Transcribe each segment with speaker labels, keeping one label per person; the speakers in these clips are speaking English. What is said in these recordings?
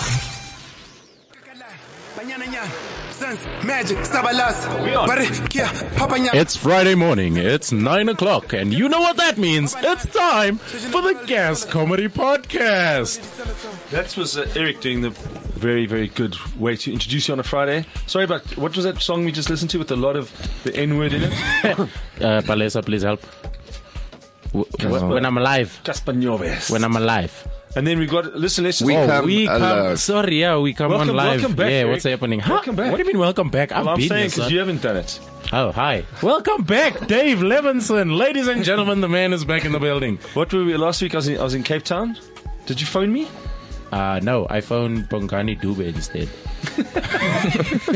Speaker 1: CliffCentral.com.
Speaker 2: It's Friday morning, it's 9 o'clock, and you know what that means. It's time for the Gas Comedy Podcast.
Speaker 3: That was uh, Eric doing the very, very good way to introduce you on a Friday. Sorry about what was that song we just listened to with a lot of the N word in it?
Speaker 4: Uh, Palesa, please help. W- w- When I'm alive.
Speaker 3: Caspanoves.
Speaker 4: When I'm alive.
Speaker 3: and then we got, listen, Oh, let's just.
Speaker 5: We come
Speaker 4: we come.
Speaker 5: alive.
Speaker 4: Sorry, yeah, we come
Speaker 3: Welcome-
Speaker 4: on live.
Speaker 3: welcome back,
Speaker 4: yeah,
Speaker 3: Eric.
Speaker 4: what's happening? Huh?
Speaker 3: Welcome back.
Speaker 4: What do you mean, welcome back? I've
Speaker 3: Well, I'm
Speaker 4: been
Speaker 3: saying
Speaker 4: here,
Speaker 3: because
Speaker 4: son.
Speaker 3: you haven't done it.
Speaker 4: Oh, hi. Welcome back, Dave Levinson. Ladies and gentlemen, the man is back in the building.
Speaker 3: What were we last week? I was in, I was in Cape Town. Did you phone me?
Speaker 4: Uh, no, I phoned Bongani Dube instead.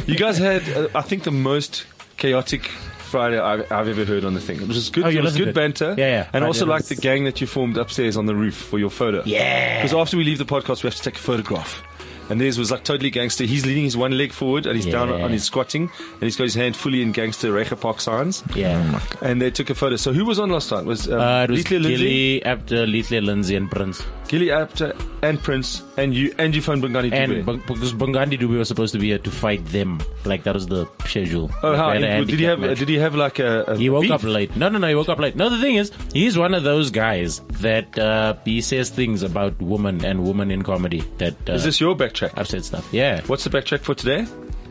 Speaker 3: You guys had, uh, I think, the most chaotic Friday I've, I've ever heard on the thing. It was just good,
Speaker 4: Oh, you
Speaker 3: it was
Speaker 4: listened
Speaker 3: good
Speaker 4: to it.
Speaker 3: banter.
Speaker 4: Yeah, yeah.
Speaker 3: And
Speaker 4: I
Speaker 3: also
Speaker 4: did.
Speaker 3: like the gang that you formed upstairs on the roof for your photo.
Speaker 4: Yeah.
Speaker 3: Because after we leave the podcast, we have to take a photograph. And theirs was like totally gangster. He's leaning his one leg forward and he's down
Speaker 4: Yeah.
Speaker 3: on his squatting and he's got his hand fully in gangster Recha Park signs.
Speaker 4: Yeah.
Speaker 3: And they took a photo. So who was on last time? Was, um,
Speaker 4: Uh, it was
Speaker 3: Lethea Lindsay,
Speaker 4: Gilly, Abdul, Lethal Lindsay, and Prince.
Speaker 3: Gilly Apter, and Prince, and you, and you phoned Bungani Dube.
Speaker 4: And Bung- because Bongani Dube was supposed to be here to fight them. Like, that was the schedule.
Speaker 3: Oh,
Speaker 4: Like,
Speaker 3: how?
Speaker 4: we had a
Speaker 3: Did he
Speaker 4: handicap
Speaker 3: have?
Speaker 4: match.
Speaker 3: Did he have like a? a
Speaker 4: He woke
Speaker 3: beef?
Speaker 4: up late. No, no, no. He woke up late. No, the thing is, he's one of those guys that uh, he says things about women and women in comedy that uh,
Speaker 3: Is this your backtrack?
Speaker 4: I've said stuff. Yeah,
Speaker 3: What's the backtrack for today?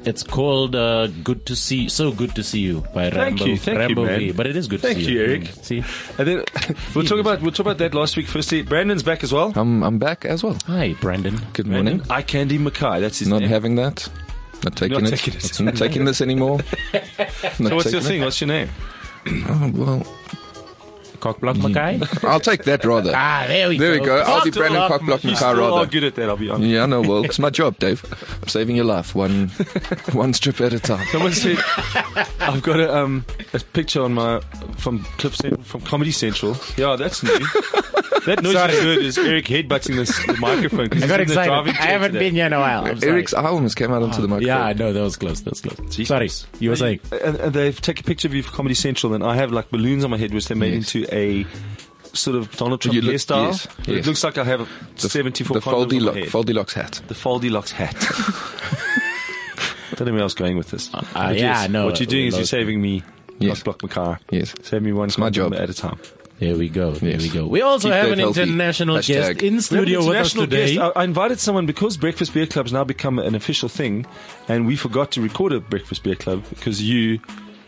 Speaker 4: it's called uh, "Good to See." So good to see you by Rambo.
Speaker 3: you, thank you,
Speaker 4: Rambo
Speaker 3: man.
Speaker 4: V. But it is good.
Speaker 3: Thank
Speaker 4: to see
Speaker 3: you,
Speaker 4: you
Speaker 3: Eric.
Speaker 4: Mm, See,
Speaker 3: And then we'll talk about we'll talk about that last week. Firstly, Brandon's back as well.
Speaker 5: I'm, I'm back as well.
Speaker 4: hi, Brandon.
Speaker 5: Good morning.
Speaker 3: I Candy Mackay. That's his
Speaker 5: Not
Speaker 3: name.
Speaker 5: having that. Not taking
Speaker 3: Not
Speaker 5: it.
Speaker 3: taking it.
Speaker 5: Not taking this anymore. Not
Speaker 3: so what's your
Speaker 5: taking
Speaker 3: thing? What's your name?
Speaker 5: it. Oh, well,
Speaker 4: Cockblock Mackay.
Speaker 5: I'll take that rather.
Speaker 4: ah, there we
Speaker 5: There we
Speaker 4: go.
Speaker 5: go. I'll be
Speaker 3: Still
Speaker 5: Brandon
Speaker 3: up,
Speaker 5: Cockblock
Speaker 3: you
Speaker 5: Mackay
Speaker 3: still are
Speaker 5: rather.
Speaker 3: good at that. I'll be honest.
Speaker 5: Yeah, I know. Well, it's my job, Dave. I'm saving your life one, one strip at a time.
Speaker 3: Someone said I've got a um a picture on my from Clip Central, from Comedy Central. Yeah, that's new. that noise you heard is Eric headbutting this, the microphone. 'cause
Speaker 4: I
Speaker 3: he's
Speaker 4: got
Speaker 3: in the
Speaker 4: excited. I
Speaker 3: driving chair
Speaker 4: haven't
Speaker 3: today.
Speaker 4: been here in a while. I'm sorry.
Speaker 5: Eric's almost came out
Speaker 3: Oh,
Speaker 5: onto the microphone.
Speaker 4: Yeah, I know that was close. That was close. Sorry, you were saying.
Speaker 3: and, and they've taken a picture of you for Comedy Central, and I have like balloons on my head, which they made
Speaker 5: Yes.
Speaker 3: into a sort of Donald Trump
Speaker 5: You look-
Speaker 3: hairstyle.
Speaker 5: yes,
Speaker 3: It
Speaker 5: yes.
Speaker 3: looks like I have
Speaker 5: The,
Speaker 3: 74
Speaker 5: the
Speaker 3: condoms
Speaker 5: foldy,
Speaker 3: on my
Speaker 5: lo-
Speaker 3: head.
Speaker 5: foldy locks hat.
Speaker 3: the foldy locks hat. Don't know where I was going with
Speaker 5: Uh,
Speaker 3: this.
Speaker 4: Ah,
Speaker 3: But
Speaker 4: yeah,
Speaker 3: yes,
Speaker 4: I know.
Speaker 3: What you're doing is you're
Speaker 4: Lost.
Speaker 3: saving me.
Speaker 5: Yes.
Speaker 3: Block my car.
Speaker 5: Yes.
Speaker 3: Save me one
Speaker 5: my
Speaker 3: condom
Speaker 5: job.
Speaker 3: at a time.
Speaker 4: There we go. There
Speaker 5: Yes.
Speaker 4: we go. We also
Speaker 5: Keep
Speaker 4: have
Speaker 5: that
Speaker 4: an
Speaker 5: healthy.
Speaker 4: international
Speaker 5: Hashtag.
Speaker 4: guest in studio with us
Speaker 3: International
Speaker 4: today.
Speaker 3: guest. I, I invited someone because Breakfast Beer Club's now become an official thing, and we forgot to record a Breakfast Beer Club because you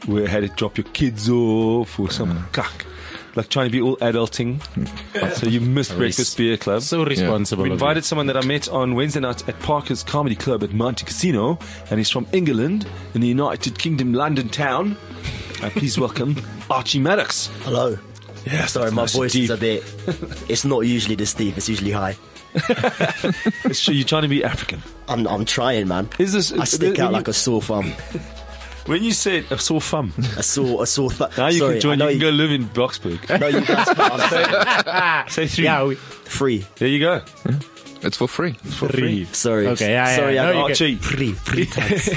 Speaker 3: were, had to drop your kids off or some
Speaker 4: Mm.
Speaker 3: cuck. Like trying to be all adulting. so you missed Breakfast Beer Club.
Speaker 4: so responsible.
Speaker 3: we
Speaker 4: of
Speaker 3: invited someone that I met on Wednesday night at Parker's Comedy Club at Monte Casino, and he's from England in the United Kingdom, London town. Uh, please welcome Archie Maddox.
Speaker 6: Hello.
Speaker 3: Yes,
Speaker 6: Sorry, my
Speaker 3: nice and
Speaker 6: voice
Speaker 3: deep.
Speaker 6: is a bit. It's not usually this deep. It's usually high.
Speaker 3: So you're trying to be African.
Speaker 6: I'm, I'm trying, man.
Speaker 3: Is this-
Speaker 6: I stick
Speaker 3: when
Speaker 6: out
Speaker 3: you-
Speaker 6: like a sore thumb.
Speaker 3: When you said a sore thumb,
Speaker 6: A sore, a sore thumb.
Speaker 3: Now you
Speaker 6: Sorry,
Speaker 3: can join.
Speaker 6: I know
Speaker 3: You can go live in Bloxburg.
Speaker 6: No, you guys can't. I'm sorry.
Speaker 3: Say three.
Speaker 4: Yeah, we,
Speaker 6: Free.
Speaker 3: there you go.
Speaker 5: It's for free.
Speaker 3: For free.
Speaker 6: Sorry.
Speaker 4: Okay, yeah, yeah.
Speaker 6: Sorry,
Speaker 4: No,
Speaker 6: I
Speaker 4: you
Speaker 6: got
Speaker 3: Archie,
Speaker 4: can-
Speaker 6: free. Free times.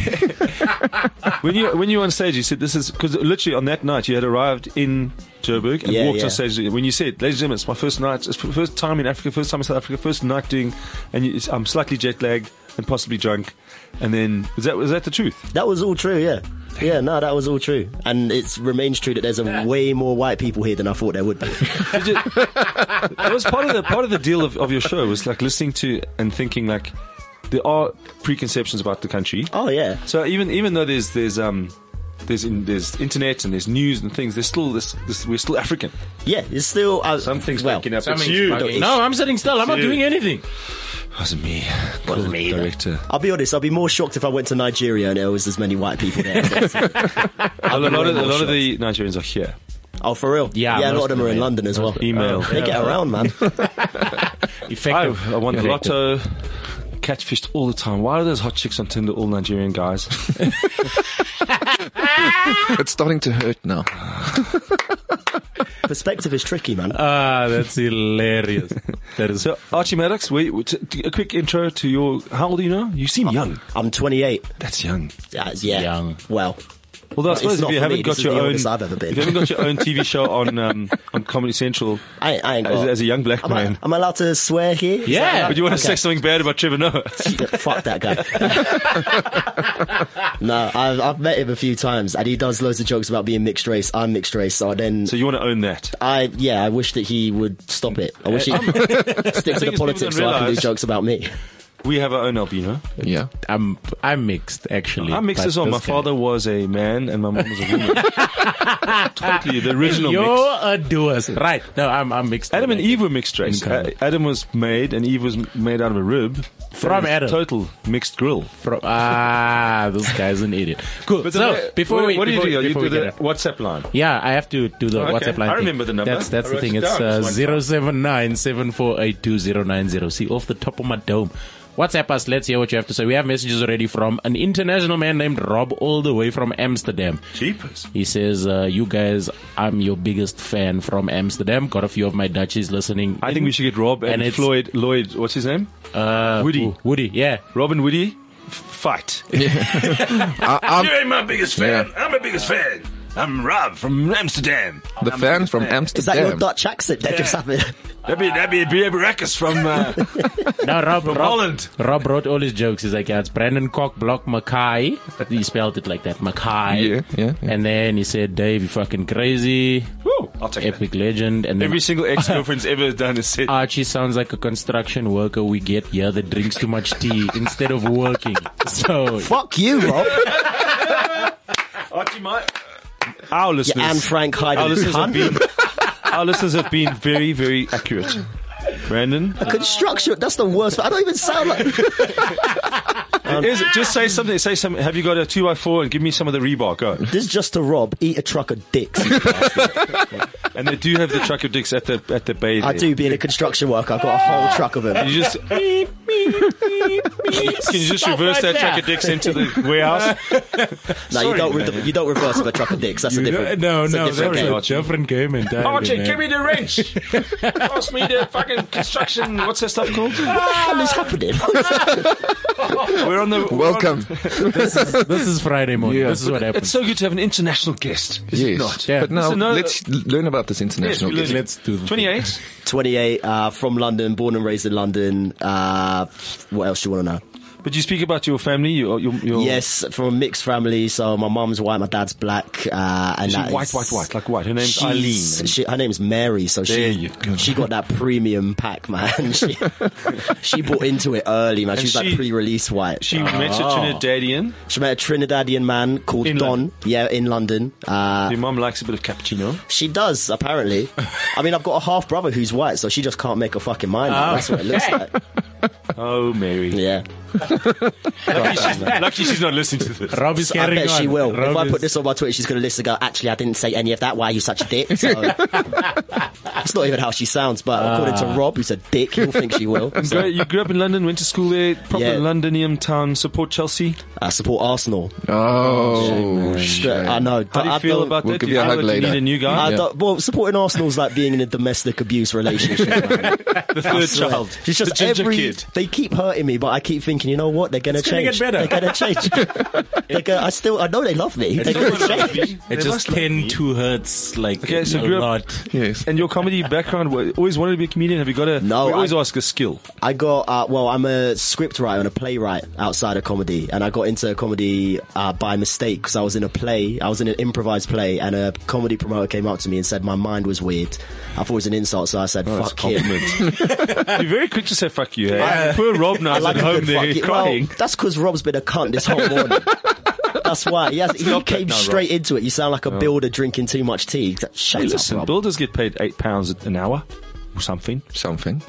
Speaker 3: when you when you were on stage, you said this is because literally on that night you had arrived in Joburg and
Speaker 6: Yeah,
Speaker 3: walked
Speaker 6: yeah.
Speaker 3: on stage. When you said, "Ladies and gentlemen, it's my first night, it's my first time in Africa, first time in South Africa, first night doing," and you, it's- I'm slightly jet lagged and possibly drunk, and then was that was that the truth?
Speaker 6: That was all true, yeah. Yeah, no, that was all true. And it remains true that there's a way more white people here than I thought there would be.
Speaker 3: Did you, that was part of the part of the deal of, of your show was like listening to and thinking like there are preconceptions about the country.
Speaker 6: Oh, yeah.
Speaker 3: So even even though there's there's um there's in, there's internet and there's news and things, there's still this, this we're still African.
Speaker 6: Yeah, it's still. Uh,
Speaker 3: Something's
Speaker 6: well,
Speaker 3: waking up.
Speaker 4: Something's
Speaker 3: it's you.
Speaker 4: bugging. No, I'm sitting still. I'm not
Speaker 3: It's you.
Speaker 4: doing anything.
Speaker 3: wasn't me. Wasn't
Speaker 6: me either.
Speaker 3: Director.
Speaker 6: I'll be honest, I'd be more shocked if I went to Nigeria and there was as many white people there.
Speaker 3: A lot, of, a lot of the Nigerians are here.
Speaker 6: oh, for real?
Speaker 4: Yeah,
Speaker 6: Yeah, a lot
Speaker 4: most
Speaker 6: of them are
Speaker 4: of
Speaker 6: in
Speaker 4: them,
Speaker 6: London as well.
Speaker 3: Email.
Speaker 6: They get around, man.
Speaker 3: I,
Speaker 4: Effective.
Speaker 3: I won the lotto. Catfished all the time. Why are those hot chicks on Tinder all Nigerian guys?
Speaker 5: It's starting to hurt now.
Speaker 6: Perspective is tricky, man.
Speaker 3: Uh,
Speaker 4: Ah, that's hilarious. That is.
Speaker 3: so Archie Maddox, wait, wait, t- t- a quick intro to
Speaker 6: Oh,
Speaker 3: your. How old are you now? You seem young.
Speaker 6: I'm 28.
Speaker 3: That's young.
Speaker 6: That's, yeah.
Speaker 4: Young.
Speaker 6: Well,
Speaker 3: Although I suppose if
Speaker 6: not
Speaker 3: you
Speaker 6: for
Speaker 3: haven't
Speaker 6: me.
Speaker 3: got
Speaker 6: This is
Speaker 3: your
Speaker 6: the
Speaker 3: own,
Speaker 6: oldest I've ever been.
Speaker 3: if you haven't got your own TV show on um, on Comedy Central,
Speaker 6: I, I ain't
Speaker 3: as,
Speaker 6: got-
Speaker 3: as a young black
Speaker 6: am
Speaker 3: man,
Speaker 6: I, am I allowed to swear here? Is
Speaker 4: Yeah.
Speaker 6: that allowed?
Speaker 3: but you want to say
Speaker 6: Okay.
Speaker 3: something bad about Trevor Noah?
Speaker 6: Fuck that guy. no, I've, I've met him a few times, and he does loads of jokes about being mixed race. I'm mixed race, so I then
Speaker 3: so you want to own that?
Speaker 6: I yeah, I wish that he would stop it. I wish he stick to
Speaker 3: people
Speaker 6: the politics so
Speaker 3: don't
Speaker 6: I can
Speaker 3: realise-
Speaker 6: do jokes about me.
Speaker 3: We have our own albino.
Speaker 5: Yeah.
Speaker 4: I'm I'm mixed actually.
Speaker 3: I'm mixed
Speaker 4: but
Speaker 3: as well.
Speaker 4: this
Speaker 3: My
Speaker 4: guy-
Speaker 3: father was a man and my mom was a woman. totally, the original
Speaker 4: You're
Speaker 3: mix.
Speaker 4: a doers, right? No, I'm I'm mixed.
Speaker 3: Adam and
Speaker 4: Like,
Speaker 3: Eve were mixed race.
Speaker 4: Okay.
Speaker 3: Uh, Adam was made and Eve was m- made out of a rib.
Speaker 4: From
Speaker 3: It was
Speaker 4: Adam.
Speaker 3: Total mixed grill.
Speaker 4: From, ah, this guy's an idiot. Cool. so before
Speaker 3: what,
Speaker 4: we
Speaker 3: what do you
Speaker 4: before,
Speaker 3: do? You
Speaker 4: before
Speaker 3: do
Speaker 4: we get
Speaker 3: the
Speaker 4: out.
Speaker 3: WhatsApp line.
Speaker 4: Yeah, I have to do the
Speaker 3: Oh, Okay.
Speaker 4: WhatsApp line.
Speaker 3: I
Speaker 4: thing.
Speaker 3: remember the number.
Speaker 4: That's that's
Speaker 3: I
Speaker 4: the
Speaker 3: wrote
Speaker 4: thing.
Speaker 3: it
Speaker 4: It's
Speaker 3: down
Speaker 4: uh,
Speaker 3: just one time.
Speaker 4: 079 7482090. See, off the top of my dome. WhatsApp us. Let's hear what you have to say. We have messages already from an international man named Rob, all the way from Amsterdam.
Speaker 3: Jeepers.
Speaker 4: He says, uh, "You guys, I'm your biggest fan from Amsterdam. Got a few of my Dutchies listening.
Speaker 3: I
Speaker 4: in."
Speaker 3: think we should get Rob and,
Speaker 4: And it's-
Speaker 3: Floyd. Lloyd, what's his name?
Speaker 4: uh,
Speaker 3: Woody.
Speaker 4: who- Woody, yeah,
Speaker 3: Rob and Woody, f- fight.
Speaker 1: You ain't my biggest fan. I'm my biggest fan. I'm Rob from Amsterdam.
Speaker 5: The fan from
Speaker 6: Is that your
Speaker 5: Amsterdam.
Speaker 6: Dutch accent that just happened?
Speaker 1: That'd be, that'd be Beer Baracus from uh,
Speaker 4: No, Rob, Rob,
Speaker 1: Holland.
Speaker 4: Rob wrote all his jokes. He's like, yeah, it's Brandon Cockblock Mackay. He spelled it like that, Mackay.
Speaker 5: Yeah, yeah, yeah.
Speaker 4: And then he said, Dave, you fucking crazy.
Speaker 3: Woo, I'll take that.
Speaker 4: Epic legend. And then
Speaker 3: Every single ex-girlfriend's ever done is said.
Speaker 4: Archie sounds like a construction worker we get here that drinks too much tea instead of working. So,
Speaker 6: Fuck you, Rob.
Speaker 3: Archie, my... Our listeners...
Speaker 6: Anne Frank
Speaker 3: our
Speaker 6: Hyden.
Speaker 3: listeners have
Speaker 6: cunt.
Speaker 3: been... Our listeners have been very, very accurate. Brandon,
Speaker 6: Construction. That's the worst. I don't even sound like. Um,
Speaker 3: is, just say something. Say something. Have you got a two by four and give me some of the Oh, rebar? Go.
Speaker 6: This is just to Rob. Eat a truck of dicks.
Speaker 3: And they do have the truck of dicks at the at the bay.
Speaker 6: I
Speaker 3: there.
Speaker 6: do being a construction worker. I've got a whole truck of them.
Speaker 3: You just can you just
Speaker 4: Stop
Speaker 3: reverse
Speaker 4: right
Speaker 3: that
Speaker 4: there.
Speaker 3: truck of dicks into the warehouse?
Speaker 6: No, you don't. Re- you don't reverse with a truck of dicks. That's a different.
Speaker 4: no,
Speaker 6: it's a
Speaker 4: no,
Speaker 6: different
Speaker 4: that's
Speaker 6: game.
Speaker 4: a different game entirely. man.
Speaker 3: the wrench. Pass me the fucking construction. What's that stuff called?
Speaker 6: What the hell is happening?
Speaker 3: We're on the we're
Speaker 5: Welcome.
Speaker 4: This is Friday morning. This is what
Speaker 3: on- It's
Speaker 4: happens.
Speaker 3: so good to have an international guest. Is it
Speaker 5: Yes.
Speaker 3: not?
Speaker 4: Yeah.
Speaker 5: But now
Speaker 3: Listen, no-
Speaker 5: let's learn about this
Speaker 3: Yes,
Speaker 5: international
Speaker 3: we
Speaker 5: guest.
Speaker 3: learn.
Speaker 4: Let's do the thing.
Speaker 3: 28.
Speaker 6: 28, uh, from London, born and raised in London. Uh, what else do you want to know?
Speaker 3: But you speak about your family. Your, your, your
Speaker 6: Yes, from a mixed family. So my mum's white, my dad's black, uh, and
Speaker 3: Is she
Speaker 6: that
Speaker 3: white,
Speaker 6: is-
Speaker 3: white, white, like white? Her name's
Speaker 6: she's-
Speaker 3: Eileen.
Speaker 6: She, her name's Mary, so
Speaker 3: There
Speaker 6: she
Speaker 3: you go.
Speaker 6: she got that premium pack, man. she, she bought into it early, man. She
Speaker 3: And
Speaker 6: was
Speaker 3: she-
Speaker 6: like pre-release white.
Speaker 3: She met a Trinidadian.
Speaker 6: She met a Trinidadian man called
Speaker 3: In
Speaker 6: Don.
Speaker 3: London.
Speaker 6: Yeah, in London. Uh,
Speaker 3: Your mum likes a bit of cappuccino.
Speaker 6: she does apparently. I mean, I've got a half brother who's white, so she just can't make a fucking mind. up. That's what it
Speaker 3: Ah,
Speaker 6: looks like.
Speaker 3: Oh, Mary.
Speaker 6: Yeah.
Speaker 3: Lucky she's, lucky she's not listening to this.
Speaker 4: Rob is
Speaker 6: I
Speaker 4: carrying
Speaker 6: bet she
Speaker 4: on.
Speaker 6: will.
Speaker 4: Rob
Speaker 6: if I
Speaker 4: is-
Speaker 6: put this on my Twitter, she's going to listen and go, actually, I didn't say any of that. Why are you such a dick? So, it's not even how she sounds, but according
Speaker 3: Ah.
Speaker 6: to Rob, who's a dick, he'll think she will.
Speaker 3: Great, You grew up in London, went to school there, proper
Speaker 6: Yeah.
Speaker 3: Londonium town, support Chelsea.
Speaker 6: I Uh, support Arsenal.
Speaker 5: Oh,
Speaker 6: Straight- I know.
Speaker 3: How do you
Speaker 6: I
Speaker 3: feel
Speaker 6: don't-
Speaker 3: about
Speaker 5: We'll
Speaker 3: that?
Speaker 5: give
Speaker 3: do you
Speaker 5: you a
Speaker 3: feel
Speaker 5: hug
Speaker 3: that you
Speaker 5: later.
Speaker 3: need a new guy?
Speaker 6: I don't- well, supporting Arsenal's like being in a domestic abuse relationship. man.
Speaker 3: the third child.
Speaker 6: It's
Speaker 3: the
Speaker 6: just
Speaker 3: ginger
Speaker 6: every.
Speaker 3: kid.
Speaker 6: They keep hurting me, but I keep thinking, you know what? They're gonna
Speaker 4: It's gonna
Speaker 6: change.
Speaker 4: get better.
Speaker 6: They're gonna change. They're gonna, I still, I know they love me. They're gonna change.
Speaker 4: It just tend to hurts like
Speaker 3: Okay, so
Speaker 4: a
Speaker 3: grew up-
Speaker 4: lot.
Speaker 5: Yes.
Speaker 3: And your comedy background, wa- always wanted to be a comedian. Have you got a?
Speaker 6: No,
Speaker 3: we always
Speaker 6: I-
Speaker 3: ask a skill.
Speaker 6: I got uh, well. I'm a script writer and a playwright outside of comedy, and I got into comedy uh, by mistake because I was in a play. I was in an improvised play, and a comedy promoter came up to me and said my mind was weird. I thought it was an insult, so I said,
Speaker 3: That's a
Speaker 6: "Fuck him."
Speaker 3: compliment. You're very quick to say "fuck you." eh? Poor Rob now
Speaker 6: I
Speaker 3: is
Speaker 6: like
Speaker 3: at
Speaker 6: a
Speaker 3: home
Speaker 6: good
Speaker 3: there
Speaker 6: fuck it.
Speaker 3: crying.
Speaker 6: Well, that's because Rob's been a cunt this whole morning. That's why he, has, he
Speaker 3: Stop
Speaker 6: came
Speaker 3: it now, Rob. Oh.
Speaker 6: straight into it. You sound like a builder drinking too much tea. Shut
Speaker 3: Hey,
Speaker 6: up,
Speaker 3: listen,
Speaker 6: Rob.
Speaker 3: builders get paid eight pounds an hour or something.
Speaker 5: Something.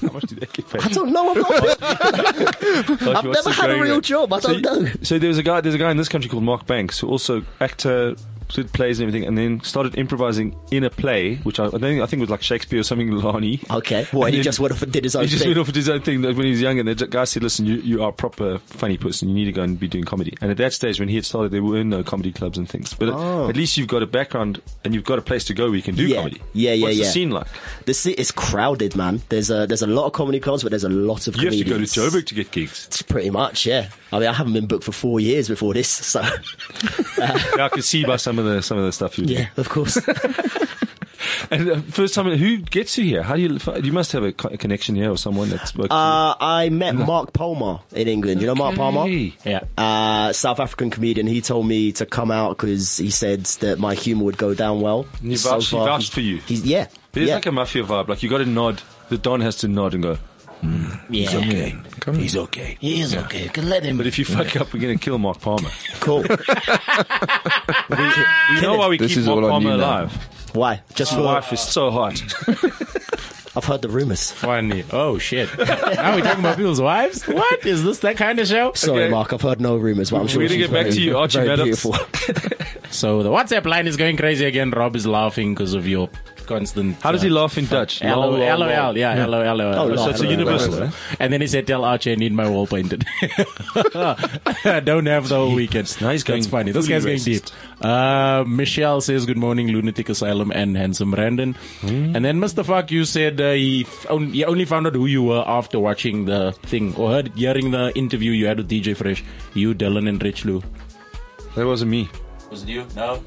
Speaker 3: How much do they get paid?
Speaker 6: I don't know. I'm not,
Speaker 3: Like,
Speaker 6: I've
Speaker 3: what's
Speaker 6: never
Speaker 3: the
Speaker 6: had a
Speaker 3: going
Speaker 6: real
Speaker 3: rate?
Speaker 6: job. I
Speaker 3: So
Speaker 6: don't know.
Speaker 3: So there was a guy. There's a guy in this country called Mark Banks, who also actor, did plays and everything, and then started improvising in a play, which I, I think I think was like Shakespeare or something. Lani.
Speaker 6: Okay. Well,
Speaker 3: And
Speaker 6: he
Speaker 3: then-
Speaker 6: just went off and did his own
Speaker 3: He just
Speaker 6: thing.
Speaker 3: went off and did his own thing when he was young, and the guy said, "Listen, you, you are a proper funny person. You need to go and be doing comedy." And at that stage, when he had started, there were no comedy clubs and things. But at least you've got a background and you've got a place to go where you can do
Speaker 6: Yeah.
Speaker 3: comedy.
Speaker 6: Yeah, yeah,
Speaker 3: What's the
Speaker 6: yeah.
Speaker 3: scene like?
Speaker 6: The city is crowded, man. There's a there's a lot of comedy clubs, but there's a lot of
Speaker 3: You have to go to
Speaker 6: comedians.
Speaker 3: Joburg to get gigs.
Speaker 6: Pretty much, yeah. I mean, I haven't been booked for four years before this, so
Speaker 3: Yeah, I can see by some of the some of the stuff you do.
Speaker 6: Yeah, of course.
Speaker 3: And uh, first time, who gets you here? How do you? You must have a, co- a connection here or someone that's worked.
Speaker 6: Uh, I met Mark Palmer in England. You know Mark Palmer?
Speaker 4: Yeah.
Speaker 6: Uh, South African comedian. He told me to come out because he said that my humor would go down well.
Speaker 3: And he vouched- he vouched for you?
Speaker 6: He's, yeah.
Speaker 3: There's
Speaker 6: yeah.
Speaker 3: like a mafia vibe. Like you got to nod. The don has to nod and go.
Speaker 1: He's okay. He's okay.
Speaker 7: He is okay. You can let him.
Speaker 3: But if you fuck up, we're gonna kill Mark Palmer.
Speaker 6: cool.
Speaker 3: You know why we
Speaker 5: This
Speaker 3: keep
Speaker 5: is
Speaker 3: Mark
Speaker 5: all on
Speaker 3: Palmer
Speaker 5: you now.
Speaker 3: alive?
Speaker 6: Why? Just
Speaker 3: His
Speaker 6: for
Speaker 3: wife is so hot.
Speaker 6: I've heard the rumors.
Speaker 4: Funny. Oh shit. now we're talking about people's wives? What? Is this that kind of show?
Speaker 6: Sorry,
Speaker 3: Okay.
Speaker 6: Mark. I've heard no rumors, but I'm sure
Speaker 3: We're gonna
Speaker 6: she's
Speaker 3: get back
Speaker 6: very-
Speaker 3: to you, Archie
Speaker 6: very
Speaker 3: Maddox.
Speaker 6: beautiful.
Speaker 4: So the WhatsApp line is going crazy again. Rob is laughing because of your constant. uh,
Speaker 3: How does he laugh in Dutch?
Speaker 4: LOL,
Speaker 3: Lol, lol, lol.
Speaker 4: LOL, yeah, LOL, LOL.
Speaker 6: Oh,
Speaker 4: so
Speaker 6: lol.
Speaker 4: it's a
Speaker 6: Lol.
Speaker 4: universal.
Speaker 5: Lol.
Speaker 4: And then he said, "Tell Archie I need my wall painted. I don't have the whole weekend."
Speaker 3: Now he's going
Speaker 4: That's funny. This
Speaker 3: fully
Speaker 4: guy's going deep.
Speaker 3: racist.
Speaker 4: Uh, Michelle says, "Good morning, lunatic asylum and handsome Brandon."
Speaker 3: Hmm?
Speaker 4: And then Mr. Fuck, you said uh, he, f- on- he only found out who you were after watching the thing or heard, hearing the interview you had with DJ Fresh. You, Dylan, and Rich Lou.
Speaker 3: That wasn't me.
Speaker 4: Was it you? No.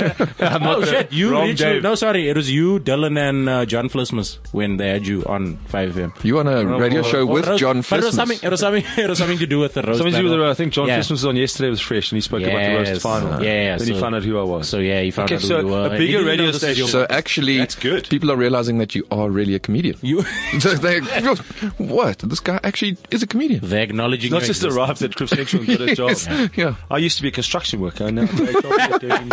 Speaker 4: oh shit! You,
Speaker 3: Wrong
Speaker 4: Rich,
Speaker 3: Dave.
Speaker 4: no, sorry, it was you, Dylan, and uh, John Flismus when they had you on Five FM.
Speaker 5: You on a radio show with
Speaker 4: Rose-
Speaker 5: John
Speaker 4: But it was something.
Speaker 5: Flismus.
Speaker 4: It was something. It was something to do with the roast.
Speaker 3: Something to do with
Speaker 4: battle.
Speaker 3: the- I think John
Speaker 4: Yeah.
Speaker 3: Christmas was on yesterday was fresh and he spoke about the roast
Speaker 4: Yes.
Speaker 3: final.
Speaker 4: Yeah, yeah,
Speaker 3: Then he
Speaker 4: so-
Speaker 3: found out who I was.
Speaker 4: So yeah, he found
Speaker 3: Okay,
Speaker 4: out who
Speaker 3: so
Speaker 4: you were.
Speaker 3: a
Speaker 4: He
Speaker 3: bigger
Speaker 4: didn't
Speaker 3: radio
Speaker 4: know this was
Speaker 3: station.
Speaker 4: your-
Speaker 5: So actually,
Speaker 3: That's good.
Speaker 5: people are realizing that you are really a comedian.
Speaker 4: You,
Speaker 5: So they, what? This guy actually is a comedian.
Speaker 4: they're acknowledging
Speaker 3: Not
Speaker 4: your
Speaker 3: just
Speaker 4: existence.
Speaker 3: arrived at Crib Central and got a job.
Speaker 5: Yeah.
Speaker 3: I used to be a construction worker. and Now I'm doing-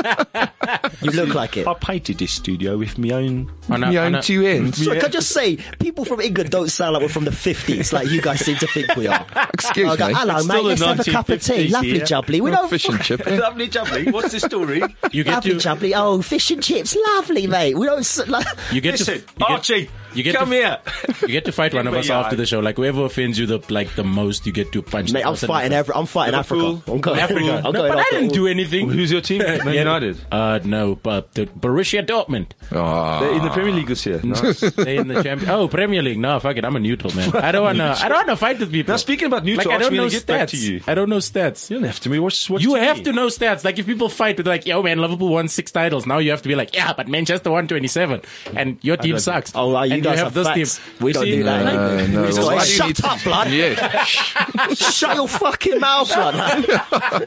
Speaker 6: You look like it.
Speaker 3: I painted this studio with my own.
Speaker 4: On a-
Speaker 5: Yeah,
Speaker 4: on
Speaker 5: and
Speaker 4: a-
Speaker 5: two ends.
Speaker 6: So can I just say, people from England don't sound like we're from the 50s, like you guys seem to think we are.
Speaker 5: Excuse
Speaker 6: I go,
Speaker 5: me.
Speaker 6: hello,
Speaker 3: It's
Speaker 6: mate,
Speaker 3: still
Speaker 6: let's
Speaker 3: the
Speaker 6: have a cup of tea.
Speaker 3: 1950s
Speaker 6: Lovely
Speaker 3: here.
Speaker 6: jubbly. We don't
Speaker 5: Fish and chip. eh?
Speaker 3: Lovely jubbly. What's the story?
Speaker 4: You get
Speaker 6: lovely
Speaker 4: to.
Speaker 6: jubbly. Oh, fish and chips, lovely, mate. We don't. s- Like,
Speaker 4: You get
Speaker 3: Listen,
Speaker 4: to. You get,
Speaker 3: Archie,
Speaker 4: you get
Speaker 3: come
Speaker 4: to-
Speaker 3: here.
Speaker 4: You get to fight one of
Speaker 3: But
Speaker 4: us
Speaker 3: yeah,
Speaker 4: after
Speaker 3: I-
Speaker 4: the show. Like whoever offends you the like the most, you get to punch.
Speaker 6: mate,
Speaker 4: the
Speaker 6: I'm
Speaker 4: person.
Speaker 6: fighting. Every, I'm fighting Africa. I'm going.
Speaker 4: Africa. no,
Speaker 6: I'm going
Speaker 4: but I
Speaker 6: after
Speaker 4: didn't
Speaker 6: all-
Speaker 4: do anything.
Speaker 3: Who's your team? Man
Speaker 4: Yeah.
Speaker 3: United.
Speaker 4: Uh, no, but the Borussia Dortmund.
Speaker 5: Ah.
Speaker 3: They're
Speaker 4: Ah.
Speaker 3: in the Premier League this year.
Speaker 4: They in the champion. Oh, Premier League. No, fuck it. I'm a neutral man. I don't wanna. I don't wanna fight with people.
Speaker 3: Now, speaking about neutral,
Speaker 4: like, I don't
Speaker 3: actually,
Speaker 4: know
Speaker 3: we're
Speaker 4: stats.
Speaker 3: gonna get back to you.
Speaker 4: I don't know stats.
Speaker 3: You don't have to. We watch. watch
Speaker 4: You
Speaker 3: TV.
Speaker 4: have to know stats. Like if people fight with like, yo man, Liverpool won six titles. Now you have to be like, yeah, but Manchester won twenty seven, and your team sucks.
Speaker 6: Oh, wow, you
Speaker 4: and
Speaker 6: guys
Speaker 4: you have,
Speaker 6: have
Speaker 4: this
Speaker 6: facts.
Speaker 4: team.
Speaker 6: We don't
Speaker 4: See,
Speaker 6: do that.
Speaker 4: like,
Speaker 5: Uh, no,
Speaker 6: Just
Speaker 5: well,
Speaker 6: like,
Speaker 5: you
Speaker 6: shut
Speaker 5: need-
Speaker 6: up, blood.
Speaker 5: Yeah.
Speaker 6: Shut your fucking mouth, man.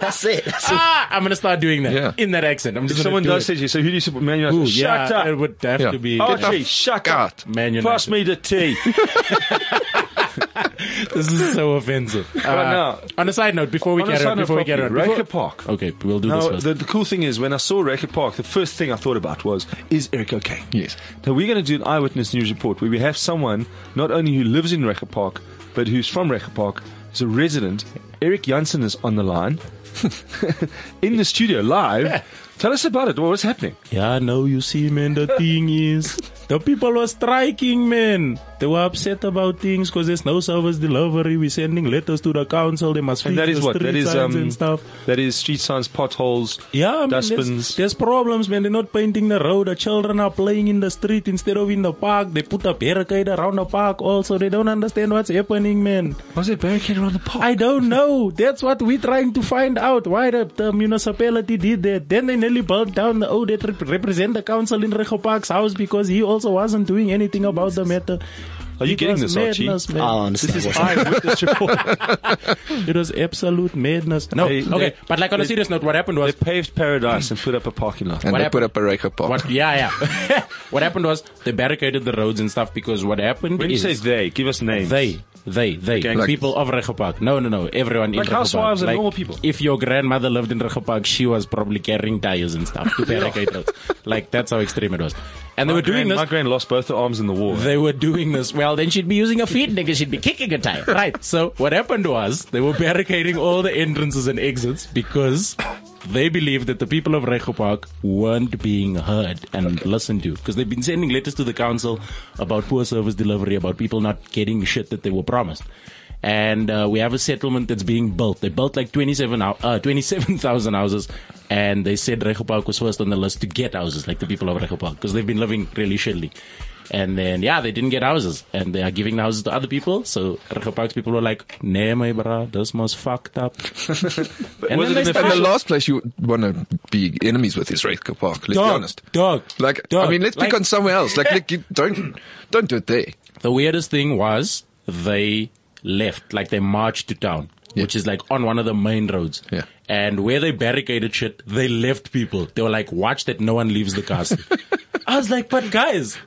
Speaker 6: That's it. That's it.
Speaker 4: ah, I'm gonna start doing that
Speaker 5: Yeah.
Speaker 4: in that accent. I'm just
Speaker 3: If
Speaker 4: gonna
Speaker 3: someone
Speaker 4: do
Speaker 3: does
Speaker 4: it.
Speaker 3: say to you, so who do you support? Man United.
Speaker 4: Ooh,
Speaker 3: Shut
Speaker 4: yeah,
Speaker 3: up.
Speaker 4: It would have
Speaker 5: Yeah.
Speaker 4: to be.
Speaker 3: Archie, shut up.
Speaker 4: Man United.
Speaker 3: Pass me the tea.
Speaker 4: This is so offensive. Uh,
Speaker 3: now-
Speaker 4: on a side note, before we
Speaker 3: On a
Speaker 4: get
Speaker 3: side
Speaker 4: on,
Speaker 3: note
Speaker 4: before we get on,
Speaker 3: properly,
Speaker 4: before-
Speaker 3: Riker Park.
Speaker 4: Okay, we'll do this
Speaker 3: Now,
Speaker 4: first.
Speaker 3: the, the cool thing is, when I saw Racket Park, the first thing I thought about was, is Eric okay?
Speaker 5: Yes.
Speaker 3: Now, we're going to do an eyewitness news report where we have someone, not only who lives in Racket Park, but who's from Racket Park, who's a resident. Eric Janssen is on the line, in the studio, live. Tell us about it. What was happening?
Speaker 4: Yeah, now you see, man, the thing is, the people were striking, man. They were upset about things because there's no service delivery. We're sending letters to the council. They must fix
Speaker 3: And that
Speaker 4: the
Speaker 3: is what?
Speaker 4: street
Speaker 3: That is,
Speaker 4: signs
Speaker 3: um,
Speaker 4: and stuff.
Speaker 3: that is street signs, potholes,
Speaker 4: Yeah, I mean, there's-
Speaker 3: dustbins.
Speaker 4: There's problems, man. They're not painting the road. The children are playing in the street instead of in the park. They put a barricade around the park also. They don't understand what's happening, man.
Speaker 3: Was there a barricade around the park?
Speaker 4: I don't know. That's what we're trying to find out. Why the, the municipality did that. Then they nearly burnt down the oh, that rep- represent the council in Recho Park's house because he also wasn't doing anything about the matter.
Speaker 3: Are you
Speaker 4: It
Speaker 3: getting
Speaker 4: was
Speaker 3: this, Archie?
Speaker 4: madness, man.
Speaker 6: I understand.
Speaker 3: This is
Speaker 6: what's-
Speaker 3: eyewitness report.
Speaker 4: It was absolute madness. No,
Speaker 3: They-
Speaker 4: okay.
Speaker 3: they-
Speaker 4: but like on a serious note, what happened
Speaker 3: they
Speaker 4: was
Speaker 3: paved paradise and put up a parking lot.
Speaker 5: And
Speaker 4: What
Speaker 5: they
Speaker 4: happened?
Speaker 5: put up a Raker Park.
Speaker 4: what? Yeah, yeah. what happened was they barricaded the roads and stuff because what happened
Speaker 3: When you
Speaker 4: is
Speaker 3: say they, give us names.
Speaker 4: They, they, they,
Speaker 3: Okay.
Speaker 4: the
Speaker 3: Like-
Speaker 4: people of Recho Park. No, no, no. Everyone
Speaker 3: Like
Speaker 4: in Recho
Speaker 3: housewives
Speaker 4: Park.
Speaker 3: and normal people.
Speaker 4: If your grandmother lived in Recho Park, she was probably carrying tires and stuff to barricade roads. Like that's how extreme it was. And they were doing
Speaker 3: Gran-
Speaker 4: this.
Speaker 3: My grand lost both her arms in the war.
Speaker 4: They were doing this. Well, then she'd be using her feet because she'd be kicking a tire. Right. So what happened was they were barricading all the entrances and exits because they believed that the people of Recho Park weren't being heard and listened to because they've been sending letters to the council about poor service delivery, about people not getting shit that they were promised. And uh, we have a settlement that's being built. They built like 27, hou- uh, 27,000 houses and they said Recho Park was first on the list to get houses, like the people of Recho Park, because they've been living really shitly. And then, yeah, they didn't get houses, and they are giving the houses to other people. So Recho Park's people were like, "Nah, my bro, this most fucked up." and
Speaker 3: was
Speaker 4: then
Speaker 3: it an
Speaker 4: they
Speaker 5: And the
Speaker 4: started-
Speaker 5: last place you want to be enemies with is Redcar Park. Let's be
Speaker 4: Dog,
Speaker 5: honest.
Speaker 4: dog,
Speaker 5: Like,
Speaker 4: dog,
Speaker 5: I mean, let's
Speaker 4: like-
Speaker 5: pick on somewhere else. Like, like you don't, don't do it there.
Speaker 4: The weirdest thing was they left, like they marched to town,
Speaker 5: Yeah.
Speaker 4: which is like on one of the main roads.
Speaker 5: Yeah.
Speaker 4: And where they barricaded shit, they left people. They were like, watch that no one leaves the castle. I was like, but guys,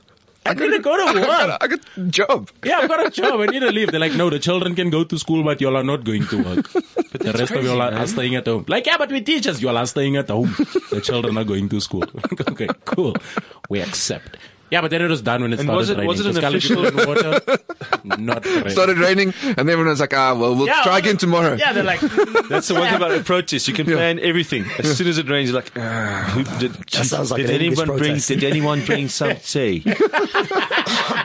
Speaker 4: I, need to go to
Speaker 5: I
Speaker 4: work.
Speaker 5: got, I got a job.
Speaker 4: yeah, I've got a job. I need to leave. They're like, no, the children can go to school, but y'all are not going to work. But the rest of y'all are, are staying at home. Like, yeah, but we teachers, y'all are staying at home. the children are going to school. Like, okay, cool. We accept. Yeah, but then it was done when it
Speaker 3: And
Speaker 4: started
Speaker 3: was it-
Speaker 4: raining.
Speaker 3: was it an
Speaker 4: Pascal, if you put water, not rain.
Speaker 5: Started raining, and everyone was like, ah, well, we'll
Speaker 4: Yeah,
Speaker 5: try
Speaker 4: well,
Speaker 5: again tomorrow.
Speaker 4: Yeah, they're like,
Speaker 3: That's the one thing about a protest. You can plan everything. As soon as it rains, you're like, ah, who did,
Speaker 6: sounds like
Speaker 3: did
Speaker 6: an English
Speaker 3: anyone bring?
Speaker 6: protest."
Speaker 3: Did anyone bring some tea? have, you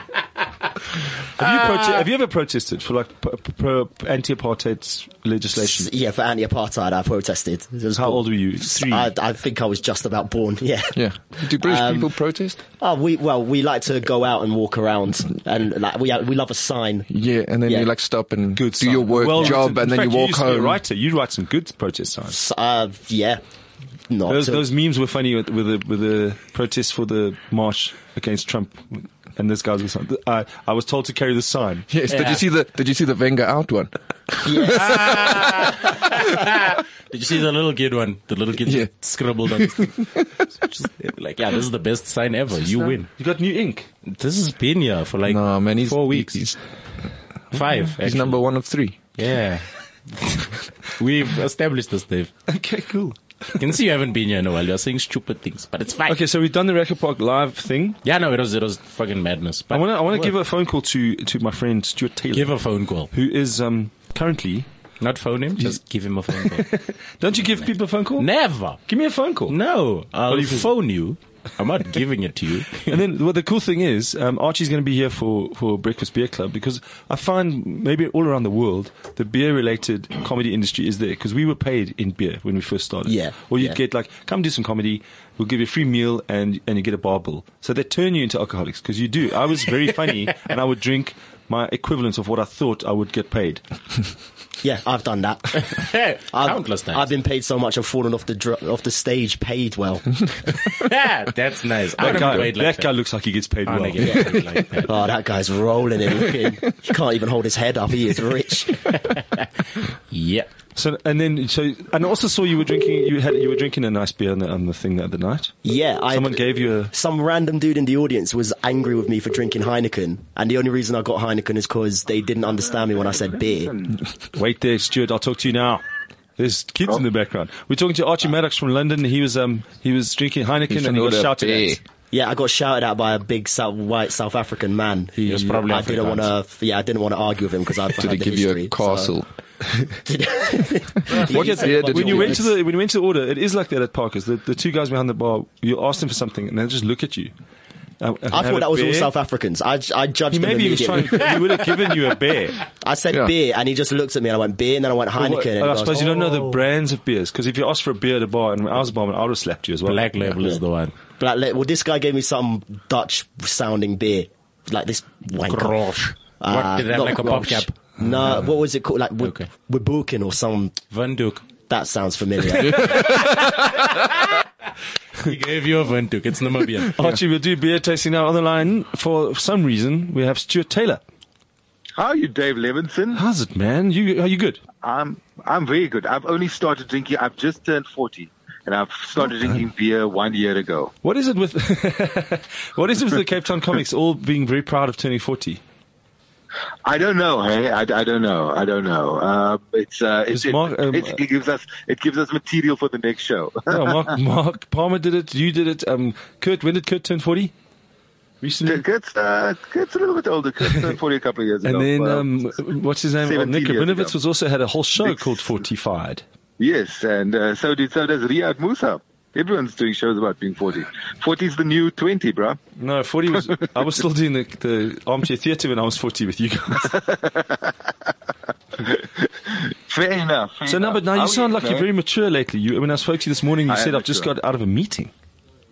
Speaker 3: prote- have you ever protested for like pro- pro- anti-apartheid legislation?
Speaker 6: Yeah, for anti-apartheid, I protested. It was
Speaker 3: How
Speaker 6: cool.
Speaker 3: old were you? Three.
Speaker 6: I, I think I was just about born. Yeah.
Speaker 5: Yeah. Do British
Speaker 6: Um,
Speaker 5: people protest?
Speaker 6: Oh, we well, we like to go out and walk around, and like we we love a sign.
Speaker 5: Yeah, and then
Speaker 6: Yeah.
Speaker 5: you like stop and
Speaker 3: good
Speaker 5: do your
Speaker 3: sign.
Speaker 5: work
Speaker 3: Well
Speaker 5: job,
Speaker 3: written.
Speaker 5: and
Speaker 3: In
Speaker 5: then
Speaker 3: fact,
Speaker 5: you walk
Speaker 3: used to be a
Speaker 5: home.
Speaker 3: writer. You write some good protest signs.
Speaker 6: S- Uh, yeah. Not
Speaker 3: Those,
Speaker 6: to-
Speaker 3: those memes were funny with, with the with the protest for the march against Trump, and this guy's with something. I I was told to carry the sign.
Speaker 5: Yes. Did
Speaker 4: Yeah.
Speaker 5: you see the Did you see the Wenger out one?
Speaker 4: did you see the little kid one? The little kid
Speaker 5: Yeah.
Speaker 4: scribbled on his thing. Just like, yeah, this is the best sign ever. You win.
Speaker 3: You got new ink.
Speaker 4: This has been here for like
Speaker 5: No, man. He's
Speaker 4: four weeks.
Speaker 5: He's,
Speaker 4: Five.
Speaker 5: he's
Speaker 4: actually.
Speaker 5: number one of three.
Speaker 4: Yeah. We've established this, Dave.
Speaker 3: Okay, cool.
Speaker 4: You can see you haven't been here in a while. You're saying stupid things, but it's fine.
Speaker 3: Okay, so we've done the Record Park live thing.
Speaker 4: Yeah, no, it was it was fucking madness. But
Speaker 3: I want to I want
Speaker 4: What?
Speaker 3: to give a phone call to to my friend Stuart Taylor,
Speaker 4: give a phone call,
Speaker 3: who is um currently.
Speaker 4: not phone him, just give him a phone call.
Speaker 3: Don't you give people a phone call?
Speaker 4: Never.
Speaker 3: Give me a phone call.
Speaker 4: No, I'll
Speaker 3: do you think?
Speaker 4: phone you. I'm not giving it to you.
Speaker 3: And then, well, the cool thing is, um, Archie's going to be here for, for Breakfast Beer Club because I find maybe all around the world, the beer related comedy industry is there because we were paid in beer when we first started.
Speaker 6: Yeah,
Speaker 3: Or you'd
Speaker 6: yeah.
Speaker 3: get like, come do some comedy, we'll give you a free meal and, and you get a bar bill. So they turn you into alcoholics because you do. I was very funny and I would drink my equivalent of what I thought I would get paid.
Speaker 6: yeah, I've done that.
Speaker 4: Hey,
Speaker 6: I've,
Speaker 4: countless times.
Speaker 6: I've been paid so much, I've fallen off the dr- off the stage. Paid well.
Speaker 4: yeah, that's nice. I
Speaker 3: That,
Speaker 4: don't
Speaker 3: guy,
Speaker 4: wait like
Speaker 3: that guy looks like he gets paid
Speaker 4: I
Speaker 3: well.
Speaker 4: don't get paid like that.
Speaker 6: oh, that guy's rolling in. Looking. He can't even hold his head up. He is rich.
Speaker 4: Yeah.
Speaker 3: So, and then, so, and I also saw you were drinking, you had, you were drinking a nice beer on the, on the thing the other night.
Speaker 6: Yeah, I-
Speaker 3: Someone gave you a,
Speaker 6: Some random dude in the audience was angry with me for drinking Heineken, and the only reason I got Heineken is because they didn't understand me when I said beer.
Speaker 3: Wait there, Stuart. I'll talk to you now. There's kids in the background. We're talking to Archie Maddox from London. He was um he was drinking Heineken and he got
Speaker 5: Order
Speaker 3: shouted
Speaker 5: beer.
Speaker 3: at.
Speaker 6: Yeah, I got shouted at by a big South, white South African man. He
Speaker 4: was probably
Speaker 6: I didn't want
Speaker 4: Afrikaans.
Speaker 6: to. Yeah, I didn't want to argue with him because I
Speaker 5: Did he give you a castle?
Speaker 6: what
Speaker 5: gets beer did
Speaker 3: When you
Speaker 5: Yeah.
Speaker 3: went to the when you went to order, it is like that at Parker's. The, the two guys behind the bar, you ask them for something and they just look at you. Uh, I,
Speaker 6: I thought that was all South Africans. I, ju- I judged
Speaker 3: He
Speaker 6: him
Speaker 3: maybe he was
Speaker 6: immediately.
Speaker 3: trying. he would have given you a beer.
Speaker 6: I said
Speaker 5: Yeah.
Speaker 6: beer, and he just looked at me, and I went beer, and then I went Heineken.
Speaker 3: Well,
Speaker 6: and he
Speaker 3: I
Speaker 6: goes,
Speaker 3: suppose you don't know the
Speaker 6: "Oh."
Speaker 3: brands of beers because if you asked for a beer at a bar and I was a barman, I would have slapped you as well.
Speaker 4: Black label is the one.
Speaker 6: Black Le- well, this guy gave me some Dutch-sounding beer, like this wanker.
Speaker 4: Grosh.
Speaker 6: Uh,
Speaker 4: what did they have
Speaker 6: not
Speaker 4: like a pop
Speaker 6: Grolsch.
Speaker 4: cap?
Speaker 6: No, what was it called? Like Wib-
Speaker 4: Okay.
Speaker 6: Wibukin or some.
Speaker 4: Van Duke.
Speaker 6: That sounds familiar.
Speaker 4: He gave you a Van Duke. It's Namibian.
Speaker 3: Archie, we'll do beer tasting now on the line. For some reason, we have Stuart Taylor.
Speaker 7: How are you, Dave Levinson?
Speaker 3: How's it, man? You are you good?
Speaker 7: I'm I'm very good. I've only started drinking. I've just turned forty, and I've started
Speaker 3: Oh,
Speaker 7: drinking beer one year ago.
Speaker 3: What is it with what is it with the Cape Town comics all being very proud of turning forty?
Speaker 7: I don't know. Hey, I, I don't know. I don't know. Uh, it's uh,
Speaker 3: Is
Speaker 7: it's, it,
Speaker 3: Mark, um,
Speaker 7: it's it gives us it gives us material for the next show.
Speaker 3: Oh, Mark, Mark Palmer did it. You did it. Um, Kurt, when did Kurt turn forty? Recently.
Speaker 7: Kurt's, uh, Kurt's a little bit older. Kurt turned forty a couple of years ago.
Speaker 3: And then
Speaker 7: Well,
Speaker 3: um, what's his name? Oh,
Speaker 7: 17
Speaker 3: Nick
Speaker 7: years
Speaker 3: Rabinovitz
Speaker 7: ago.
Speaker 3: was also had a whole show
Speaker 7: Nick's-
Speaker 3: called Fortified.
Speaker 7: yes, and uh, so did so does Riyad Musa. Everyone's doing shows about being forty. Forty is the new twenty, bruh.
Speaker 3: No, forty was. I was still doing the, the armchair theatre when I was forty with you guys.
Speaker 7: Fair enough. fair
Speaker 3: So now,
Speaker 7: enough.
Speaker 3: but now
Speaker 7: How
Speaker 3: you
Speaker 7: are
Speaker 3: sound like you're
Speaker 7: going?
Speaker 3: very mature lately. You, when I spoke to you this morning, you
Speaker 7: I
Speaker 3: said
Speaker 7: am
Speaker 3: I've just
Speaker 7: mature.
Speaker 3: got out of a meeting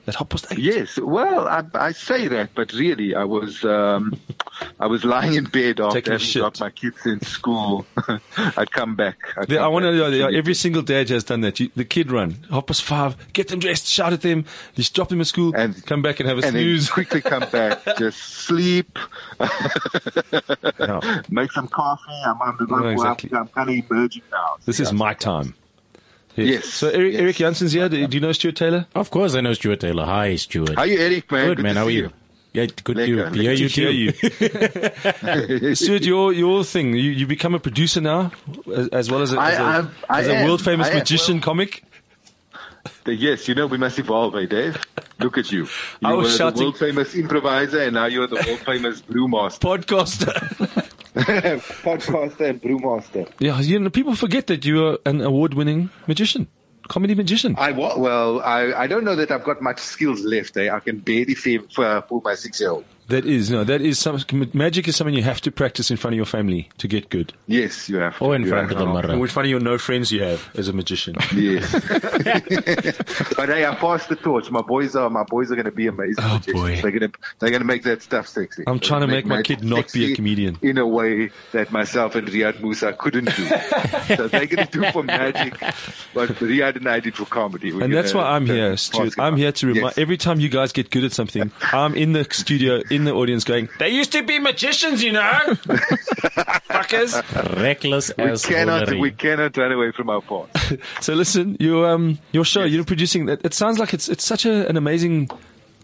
Speaker 3: at half past eight.
Speaker 7: Yes, well, I, I say that, but really, I was um, I was lying in bed after
Speaker 3: Taking a
Speaker 7: having
Speaker 3: shit.
Speaker 7: dropped my kids in school. I'd come back. I'd
Speaker 3: The-
Speaker 7: come
Speaker 3: I want to
Speaker 7: back.
Speaker 3: know. yeah, Every single dad has done that. You, the kid run half past five, get them dressed, shout at them, just drop them at school,
Speaker 7: And-
Speaker 3: come back and have a
Speaker 7: and then
Speaker 3: snooze.
Speaker 7: quickly come back, just sleep, make some coffee. I'm, I'm, I'm,
Speaker 3: No, exactly.
Speaker 7: I'm kind of emerging now.
Speaker 3: This is my time.
Speaker 7: Yes.
Speaker 3: So Eric,
Speaker 7: Yes.
Speaker 3: Eric Janssen's here. Do, do you know Stuart Taylor?
Speaker 4: Of course, I know Stuart Taylor. Hi, Stuart.
Speaker 7: How are you, Eric? Man,
Speaker 4: Good, man.
Speaker 7: to
Speaker 4: How are
Speaker 7: see
Speaker 4: you? Yeah, good to
Speaker 7: Lekker,
Speaker 4: you.
Speaker 7: lekker.
Speaker 4: Yeah, you
Speaker 3: Good uh, to
Speaker 4: too.
Speaker 3: you. Stuart, your your thing. You you become a producer now, as, as well as a,
Speaker 7: I-
Speaker 3: as a,
Speaker 7: I- I
Speaker 3: as a
Speaker 7: am.
Speaker 3: world famous
Speaker 7: I am.
Speaker 3: magician comic.
Speaker 7: The- Yes, you know we must evolve, eh, Dave? Look at you. You
Speaker 3: I was
Speaker 7: were
Speaker 3: shouting-
Speaker 7: the world famous improviser, and now you're the world famous brewmaster,
Speaker 3: Podcaster.
Speaker 7: podcaster, and brewmaster.
Speaker 3: Yeah, you know, people forget that you are an award-winning magician, comedy magician.
Speaker 7: I wa- well, I, I don't know that I've got much skills left. Eh? I can barely feed for, for my six-year-old.
Speaker 3: That is no, that is some magic is something you have to practice in front of your family to get good,
Speaker 7: Yes, you have.
Speaker 4: Or Oh, in
Speaker 7: You
Speaker 4: front
Speaker 7: have
Speaker 4: of the
Speaker 7: to.
Speaker 4: mirror.
Speaker 3: and in front of your no friends you have as a magician.
Speaker 7: Yes. but hey, I passed the torch. My boys are my boys are going to be amazing.
Speaker 3: Oh,
Speaker 7: magicians.
Speaker 3: boy.
Speaker 7: They're going to they're going to make that stuff sexy.
Speaker 3: I'm trying to
Speaker 7: They're
Speaker 3: make
Speaker 7: gonna
Speaker 3: my kid not be a
Speaker 7: sexy
Speaker 3: comedian.
Speaker 7: in a way that myself and Riyad Musa couldn't do. so they're going to do for magic what Riyad and I did for comedy. We're
Speaker 3: And that's
Speaker 7: gonna-
Speaker 3: why I'm
Speaker 7: uh,
Speaker 3: here,
Speaker 7: pass
Speaker 3: Stuart.
Speaker 7: it
Speaker 3: I'm
Speaker 7: on.
Speaker 3: here to remind.
Speaker 7: Yes.
Speaker 3: Every time you guys get good at something, I'm in the studio, in the audience, going, "They used to be magicians, you know, fuckers."
Speaker 4: Reckless
Speaker 7: we
Speaker 4: as
Speaker 7: cannot
Speaker 4: foolery.
Speaker 7: we cannot run away from our past.
Speaker 3: So listen, you um, your show, you're producing. It, it sounds like it's it's such a, an amazing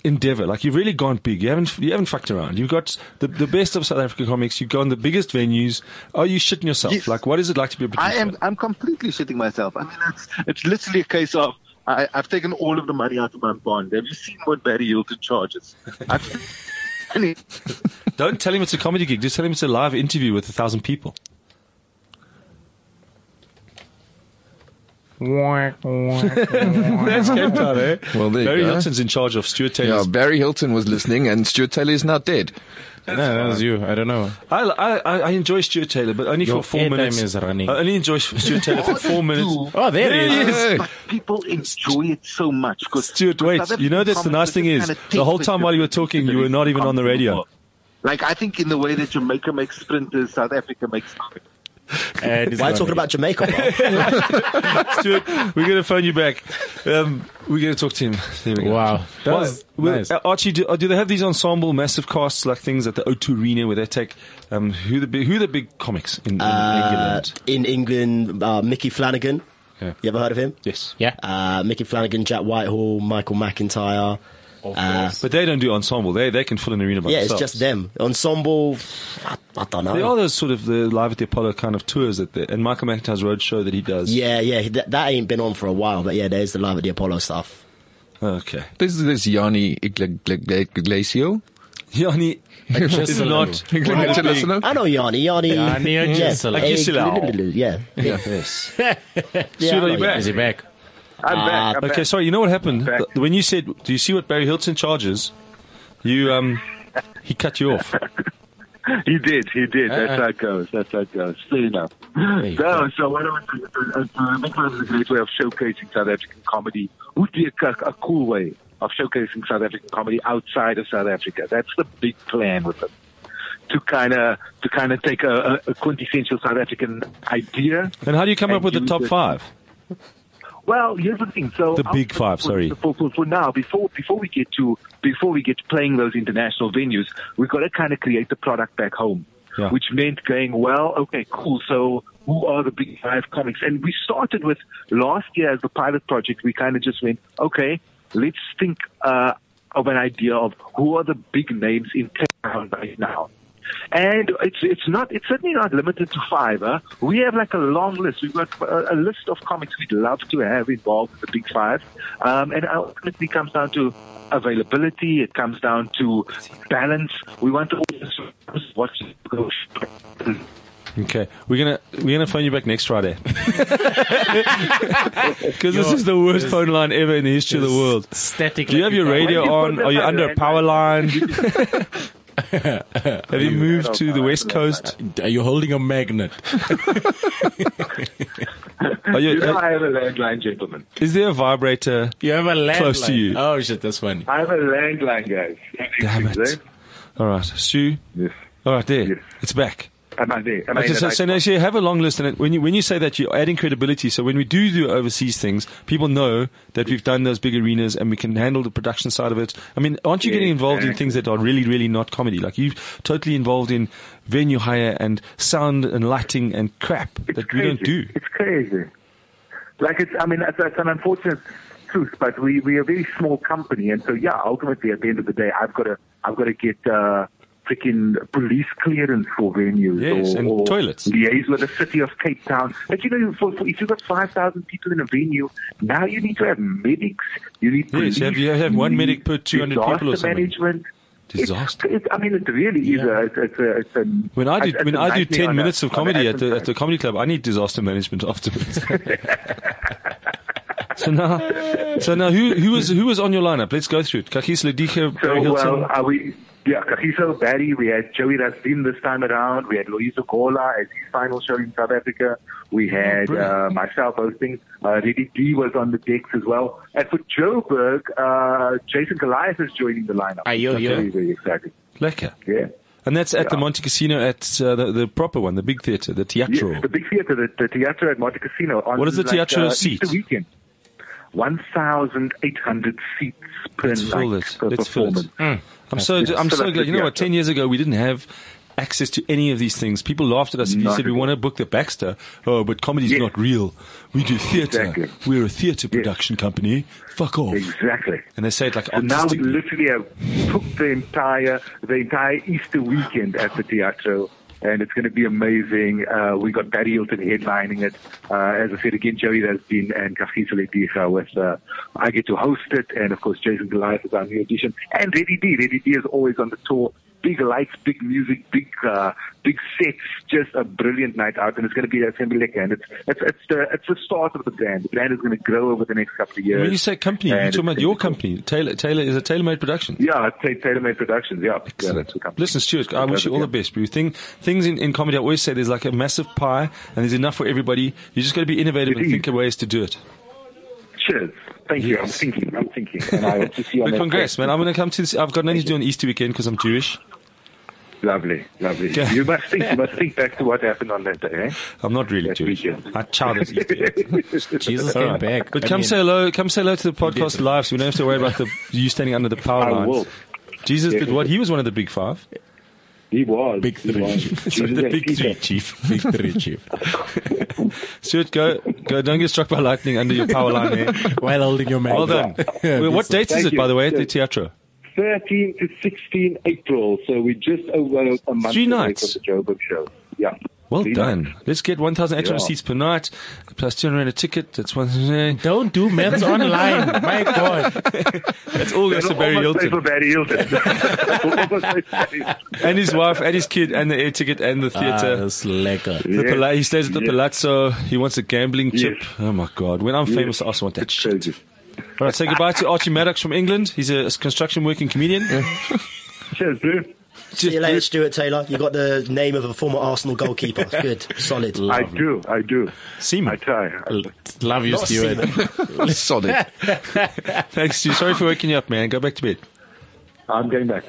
Speaker 3: endeavor. Like you've really gone big. You haven't you haven't fucked around. You've got the, the best of South African comics. You've gone the biggest venues. Are you shitting yourself?
Speaker 7: Yes.
Speaker 3: Like what is it like to be a producer?
Speaker 7: I am I'm completely shitting myself. I mean, it's it's literally a case of I, I've taken all of the money out of my bond. Have you seen what Barry Hilton charges? I've, I mean,
Speaker 3: Don't tell him it's a comedy gig. Just tell him it's a live interview with a thousand people. That's Cape Town, eh?
Speaker 5: Well, there you
Speaker 3: Barry
Speaker 5: go.
Speaker 3: Hilton's in charge of Stuart
Speaker 5: Yeah,
Speaker 3: Taylor's.
Speaker 5: Barry Hilton was listening, and Stuart Taylor is now dead.
Speaker 4: No, that was you. I don't know.
Speaker 3: I, I, I- I enjoy Stuart Taylor, but only
Speaker 4: Your
Speaker 3: for four
Speaker 4: airtime
Speaker 3: minutes.
Speaker 4: is running.
Speaker 3: I only enjoy Stuart Taylor for four minutes.
Speaker 4: Oh, there it is.
Speaker 5: Hey.
Speaker 7: but people enjoy it so much. Cause,
Speaker 3: Stuart, wait. You know that's the nice thing is, the whole time while you were talking, you were not even on the radio.
Speaker 7: Like I think in the way that Jamaica makes sprinters, South Africa makes.
Speaker 4: And it's
Speaker 6: Why are
Speaker 4: gone
Speaker 6: you talking
Speaker 4: again.
Speaker 6: about Jamaica? bro?
Speaker 3: Stuart, we're going to phone you back. Um, we're going to talk to him. There we go.
Speaker 4: Wow. That
Speaker 3: Well,
Speaker 4: was
Speaker 3: well,
Speaker 4: nice.
Speaker 3: uh, Archie, do, uh, do they have these ensemble massive casts like things at the O2 Arena where they take um, who the big, who the big comics in, in
Speaker 6: Uh,
Speaker 3: England?
Speaker 6: in England, uh, Mickey Flanagan. You ever heard of him?
Speaker 3: Yes,
Speaker 4: Yeah.
Speaker 6: Uh, Mickey Flanagan, Jack Whitehall, Michael McIntyre. Uh,
Speaker 3: but they don't do ensemble. They they can fill an arena by
Speaker 6: yeah, it's
Speaker 3: themselves.
Speaker 6: just them. Ensemble, I, I don't know.
Speaker 3: They are those sort of the live at the Apollo kind of tours that they, and Michael McIntyre's road show that he does.
Speaker 6: Yeah, yeah, that, that ain't been on for a while, but yeah, there's the live at the Apollo stuff.
Speaker 3: Okay.
Speaker 5: This is this Yanni Igla- Igla- Igla- Iglesia.
Speaker 3: Yanni is
Speaker 4: Gisela.
Speaker 3: not.
Speaker 5: Iglesia.
Speaker 6: I know Yanni, Yanni,
Speaker 4: Yanni Gisela.
Speaker 6: yeah, yeah, yeah.
Speaker 3: Yes.
Speaker 6: yeah I
Speaker 3: Stuart, are
Speaker 6: know
Speaker 3: you back?
Speaker 4: Is he back?
Speaker 7: I'm back. I'm
Speaker 3: Okay,
Speaker 7: back.
Speaker 3: sorry. You know what happened
Speaker 7: Back.
Speaker 3: Th- when you said, "Do you see what Barry Hilton charges?" You um, he cut you off.
Speaker 7: He did, he did.
Speaker 4: Uh-uh.
Speaker 7: That's how it goes. That's how it goes. Fair enough.
Speaker 4: you
Speaker 7: No, so what I was doing, uh, I think was a great way of showcasing South African comedy would be a, a cool way of showcasing South African comedy outside of South Africa. That's the big plan with it. To kind of to kind of take a, a, a quintessential South African idea.
Speaker 3: And how do you come
Speaker 7: And
Speaker 3: up with the
Speaker 7: you
Speaker 3: top
Speaker 7: did-
Speaker 3: five?
Speaker 7: Well, here's the thing. So
Speaker 3: The big
Speaker 7: I'll-
Speaker 3: five,
Speaker 7: for-
Speaker 3: sorry.
Speaker 7: For, for, for now, before before we get to before we get to playing those international venues, we've got to kind of create the product back home,
Speaker 3: Yeah.
Speaker 7: which meant going well. Okay, cool. So who are the big five comics? And we started with last year as the pilot project. We kind of just went, okay, let's think uh, of an idea of who are the big names in town right now. And it's it's not it's certainly not limited to five. Huh? We have like a long list. We've got a, a list of comics we'd love to have involved in the big five, um, and ultimately it comes down to availability. It comes down to balance. We want to watch
Speaker 3: Okay, we're gonna we're gonna phone you back next Friday because this is the worst phone line ever in the history of the world.
Speaker 4: Static.
Speaker 3: Do you have your radio
Speaker 7: When you
Speaker 3: on?
Speaker 7: put
Speaker 3: Are you
Speaker 7: the
Speaker 3: under
Speaker 7: phone
Speaker 3: a power line?
Speaker 4: Have you moved to the West Coast?
Speaker 3: Are you holding a magnet?
Speaker 4: Are you,
Speaker 8: You know,
Speaker 4: uh,
Speaker 8: I have a landline, gentlemen.
Speaker 4: is there a vibrator?
Speaker 3: You have a landline.
Speaker 4: Close to you.
Speaker 3: Oh shit, that's funny.
Speaker 8: I have a landline, guys.
Speaker 4: Damn it. All right, Stu.
Speaker 8: Yes.
Speaker 4: All right, there.
Speaker 8: Yes.
Speaker 4: It's back.
Speaker 8: Am I there? Am I
Speaker 4: Okay,
Speaker 8: in the
Speaker 4: so,
Speaker 8: right
Speaker 4: so now, so you have a long list, and it- when you when you say that, you're adding credibility. So when we do do overseas things, people know that we've done those big arenas and we can handle the production side of it. I mean, aren't you getting involved in things that are really, really not comedy? Like you are totally involved in venue hire and sound and lighting and crap that we don't do.
Speaker 8: crazy. It's crazy. Like it's, I mean, it's, it's an unfortunate truth, but we we are a very small company, and so yeah, ultimately at the end of the day, I've got to I've got to get uh, freaking police clearance for venues,
Speaker 4: Yes,
Speaker 8: or,
Speaker 4: and
Speaker 8: or
Speaker 4: toilets.
Speaker 8: liaise with the city of Cape Town. But you know, for, for, if you've got five thousand people in a venue, now you need to have medics. You need
Speaker 4: Yes,
Speaker 8: police,
Speaker 4: you have- you have one
Speaker 8: need
Speaker 4: medic per 200 people or
Speaker 8: disaster
Speaker 4: something.
Speaker 8: Management. It's-
Speaker 4: Disaster.
Speaker 8: It's, I mean, it really is a. It's a, it's a
Speaker 4: When I do
Speaker 8: it's a
Speaker 4: when I do
Speaker 8: nightmare on
Speaker 4: ten
Speaker 8: a-
Speaker 4: minutes of
Speaker 8: on a
Speaker 4: comedy at the
Speaker 8: advertising.
Speaker 4: at the comedy club, I need disaster management afterwards. so now, so now, who who was who was on your lineup? Let's go through it. Kakis Ledika,
Speaker 8: So,
Speaker 4: Barry Hilton.
Speaker 8: well, are we? Yeah, Kahiso Barry. We had Joey Rastin this time around. We had Luiso Gola as his final show in South Africa. We
Speaker 4: Oh,
Speaker 8: had uh, myself hosting. Uh, Reddy D was on the decks as well. And for Joburg, uh, Jason Goliath is joining the lineup.
Speaker 3: Aye, yo,
Speaker 8: That's
Speaker 3: yo.
Speaker 8: Very, very exciting.
Speaker 4: Lekker.
Speaker 8: Yeah.
Speaker 4: And that's at the
Speaker 8: Yeah.
Speaker 4: Monte Casino at uh, the, the proper one, the big theatre, the Teatro.
Speaker 8: Yes, the big theater, the, the theater at Monte Casino. On
Speaker 4: What is the
Speaker 8: like,
Speaker 4: Teatro
Speaker 8: uh,
Speaker 4: seat?
Speaker 8: Easter weekend. 1,800 seats per
Speaker 4: Let's
Speaker 8: night
Speaker 4: fill it.
Speaker 8: per
Speaker 4: Let's fill
Speaker 8: performance.
Speaker 4: it. I'm so I'm
Speaker 8: So
Speaker 4: so
Speaker 8: that's
Speaker 4: glad.
Speaker 8: the
Speaker 4: You know what?
Speaker 8: theatre.
Speaker 4: Ten years ago, we didn't have access to any of these things. People laughed at us if you
Speaker 8: Not
Speaker 4: said we
Speaker 8: at all.
Speaker 4: want to book the Baxter. Oh, but comedy's
Speaker 8: Yes.
Speaker 4: not real. We do theatre.
Speaker 8: Exactly.
Speaker 4: We're a theatre production company. Fuck off.
Speaker 8: Exactly.
Speaker 4: And they say it like
Speaker 8: So now we
Speaker 4: artistically.
Speaker 8: literally have booked the entire the entire Easter weekend at the Teatro. And it's going to be amazing. Uh, we got Barry Hilton headlining it. Uh, as I said again, Joey has been and Kafisale Dija with, uh, I get to host it. And of course, Jason Goliath is our new addition. And Reddy D. Reddy D is always on the tour. Big lights, big music, big, uh, big sets. Just a brilliant night out. And it's going to be, it's going to be lekker. And it's, it's, it's the, it's the start of the brand. The brand is going to grow over the next couple of years.
Speaker 4: when you say company, you're
Speaker 8: And
Speaker 4: talking
Speaker 8: it's
Speaker 4: about
Speaker 8: gonna
Speaker 4: your
Speaker 8: be cool.
Speaker 4: company. Taylor, Taylor is a tailor-made production.
Speaker 8: Yeah, I'd say Taylor Made Productions. Yeah, yeah, that's the company.
Speaker 4: Listen, Stuart, I wish you all the best. But you think, things in, in comedy, I always say there's like a massive pie and there's enough for everybody. You just got to be innovative and
Speaker 8: Indeed.
Speaker 4: think of ways to do it.
Speaker 8: Cheers. Thank you. I'm thinking. I'm thinking. And I hope to see you on
Speaker 4: But
Speaker 8: that
Speaker 4: congrats,
Speaker 8: day.
Speaker 4: man. I'm going to come to this. I've got nothing to do on Easter weekend because I'm Jewish.
Speaker 8: Lovely, lovely.
Speaker 4: Yeah.
Speaker 8: You must think. You must think back to what happened on that day. Eh?
Speaker 4: I'm not really
Speaker 8: That's
Speaker 4: Jewish.
Speaker 8: weekend.
Speaker 4: I childed Easter.
Speaker 3: Jesus came back.
Speaker 4: But
Speaker 3: I
Speaker 4: come
Speaker 3: mean,
Speaker 4: say hello. Come say hello to the podcast live, so we don't have to worry about the, you standing under the power
Speaker 8: I
Speaker 4: lines.
Speaker 8: will.
Speaker 4: Jesus did what? He was one of the big five.
Speaker 8: He was
Speaker 3: Big
Speaker 8: he
Speaker 3: three.
Speaker 4: Sorry,
Speaker 8: was. Jesus
Speaker 4: the
Speaker 8: and
Speaker 4: big
Speaker 8: Peter.
Speaker 4: three, chief.
Speaker 3: big three chief
Speaker 4: Stuart, go, go. Don't get struck by lightning under your power line. There.
Speaker 3: while holding your
Speaker 4: Well
Speaker 3: magnet.
Speaker 4: done. Well, what date is
Speaker 8: Thank
Speaker 4: it, by
Speaker 8: you.
Speaker 4: the way, at the
Speaker 8: Yes.
Speaker 4: Teatro?
Speaker 8: 13 to 16 April. So we're just over a month
Speaker 4: Three
Speaker 8: away
Speaker 4: nights.
Speaker 8: from the Joburg show. Yeah.
Speaker 4: Well
Speaker 8: Three
Speaker 4: done.
Speaker 8: nights.
Speaker 4: Let's get 1,800
Speaker 8: Yeah.
Speaker 4: seats per night, plus 200 rand a ticket. That's one. That's
Speaker 3: Don't do maths online. My God.
Speaker 4: all goes to
Speaker 8: It'll
Speaker 4: Barry
Speaker 8: almost pay
Speaker 4: Hilton.
Speaker 8: for Barry Hilton. Almost pay for Barry Hilton.
Speaker 4: And his wife, and his kid, and the air ticket, and the theatre.
Speaker 3: Ah, That's lekker.
Speaker 4: The
Speaker 8: Yeah.
Speaker 4: pala- he stays at the
Speaker 8: Yeah.
Speaker 4: palazzo. He wants a gambling chip.
Speaker 8: Yes.
Speaker 4: Oh my god! When I'm famous, I also want that
Speaker 8: It's
Speaker 4: shit.
Speaker 8: crazy.
Speaker 4: All right, say goodbye to Archie Maddox from England. He's a construction working comedian.
Speaker 8: Cheers, dude.
Speaker 6: See you later, Stuart Taylor. You got the name of a former Arsenal goalkeeper. Good, solid.
Speaker 8: I do. I do. I
Speaker 4: Seaman.
Speaker 8: try.
Speaker 3: Love you,
Speaker 6: Not
Speaker 3: Stuart.
Speaker 5: Solid.
Speaker 4: Thanks, Stu. Sorry for waking you up, man. Go back to bed.
Speaker 8: I'm getting back.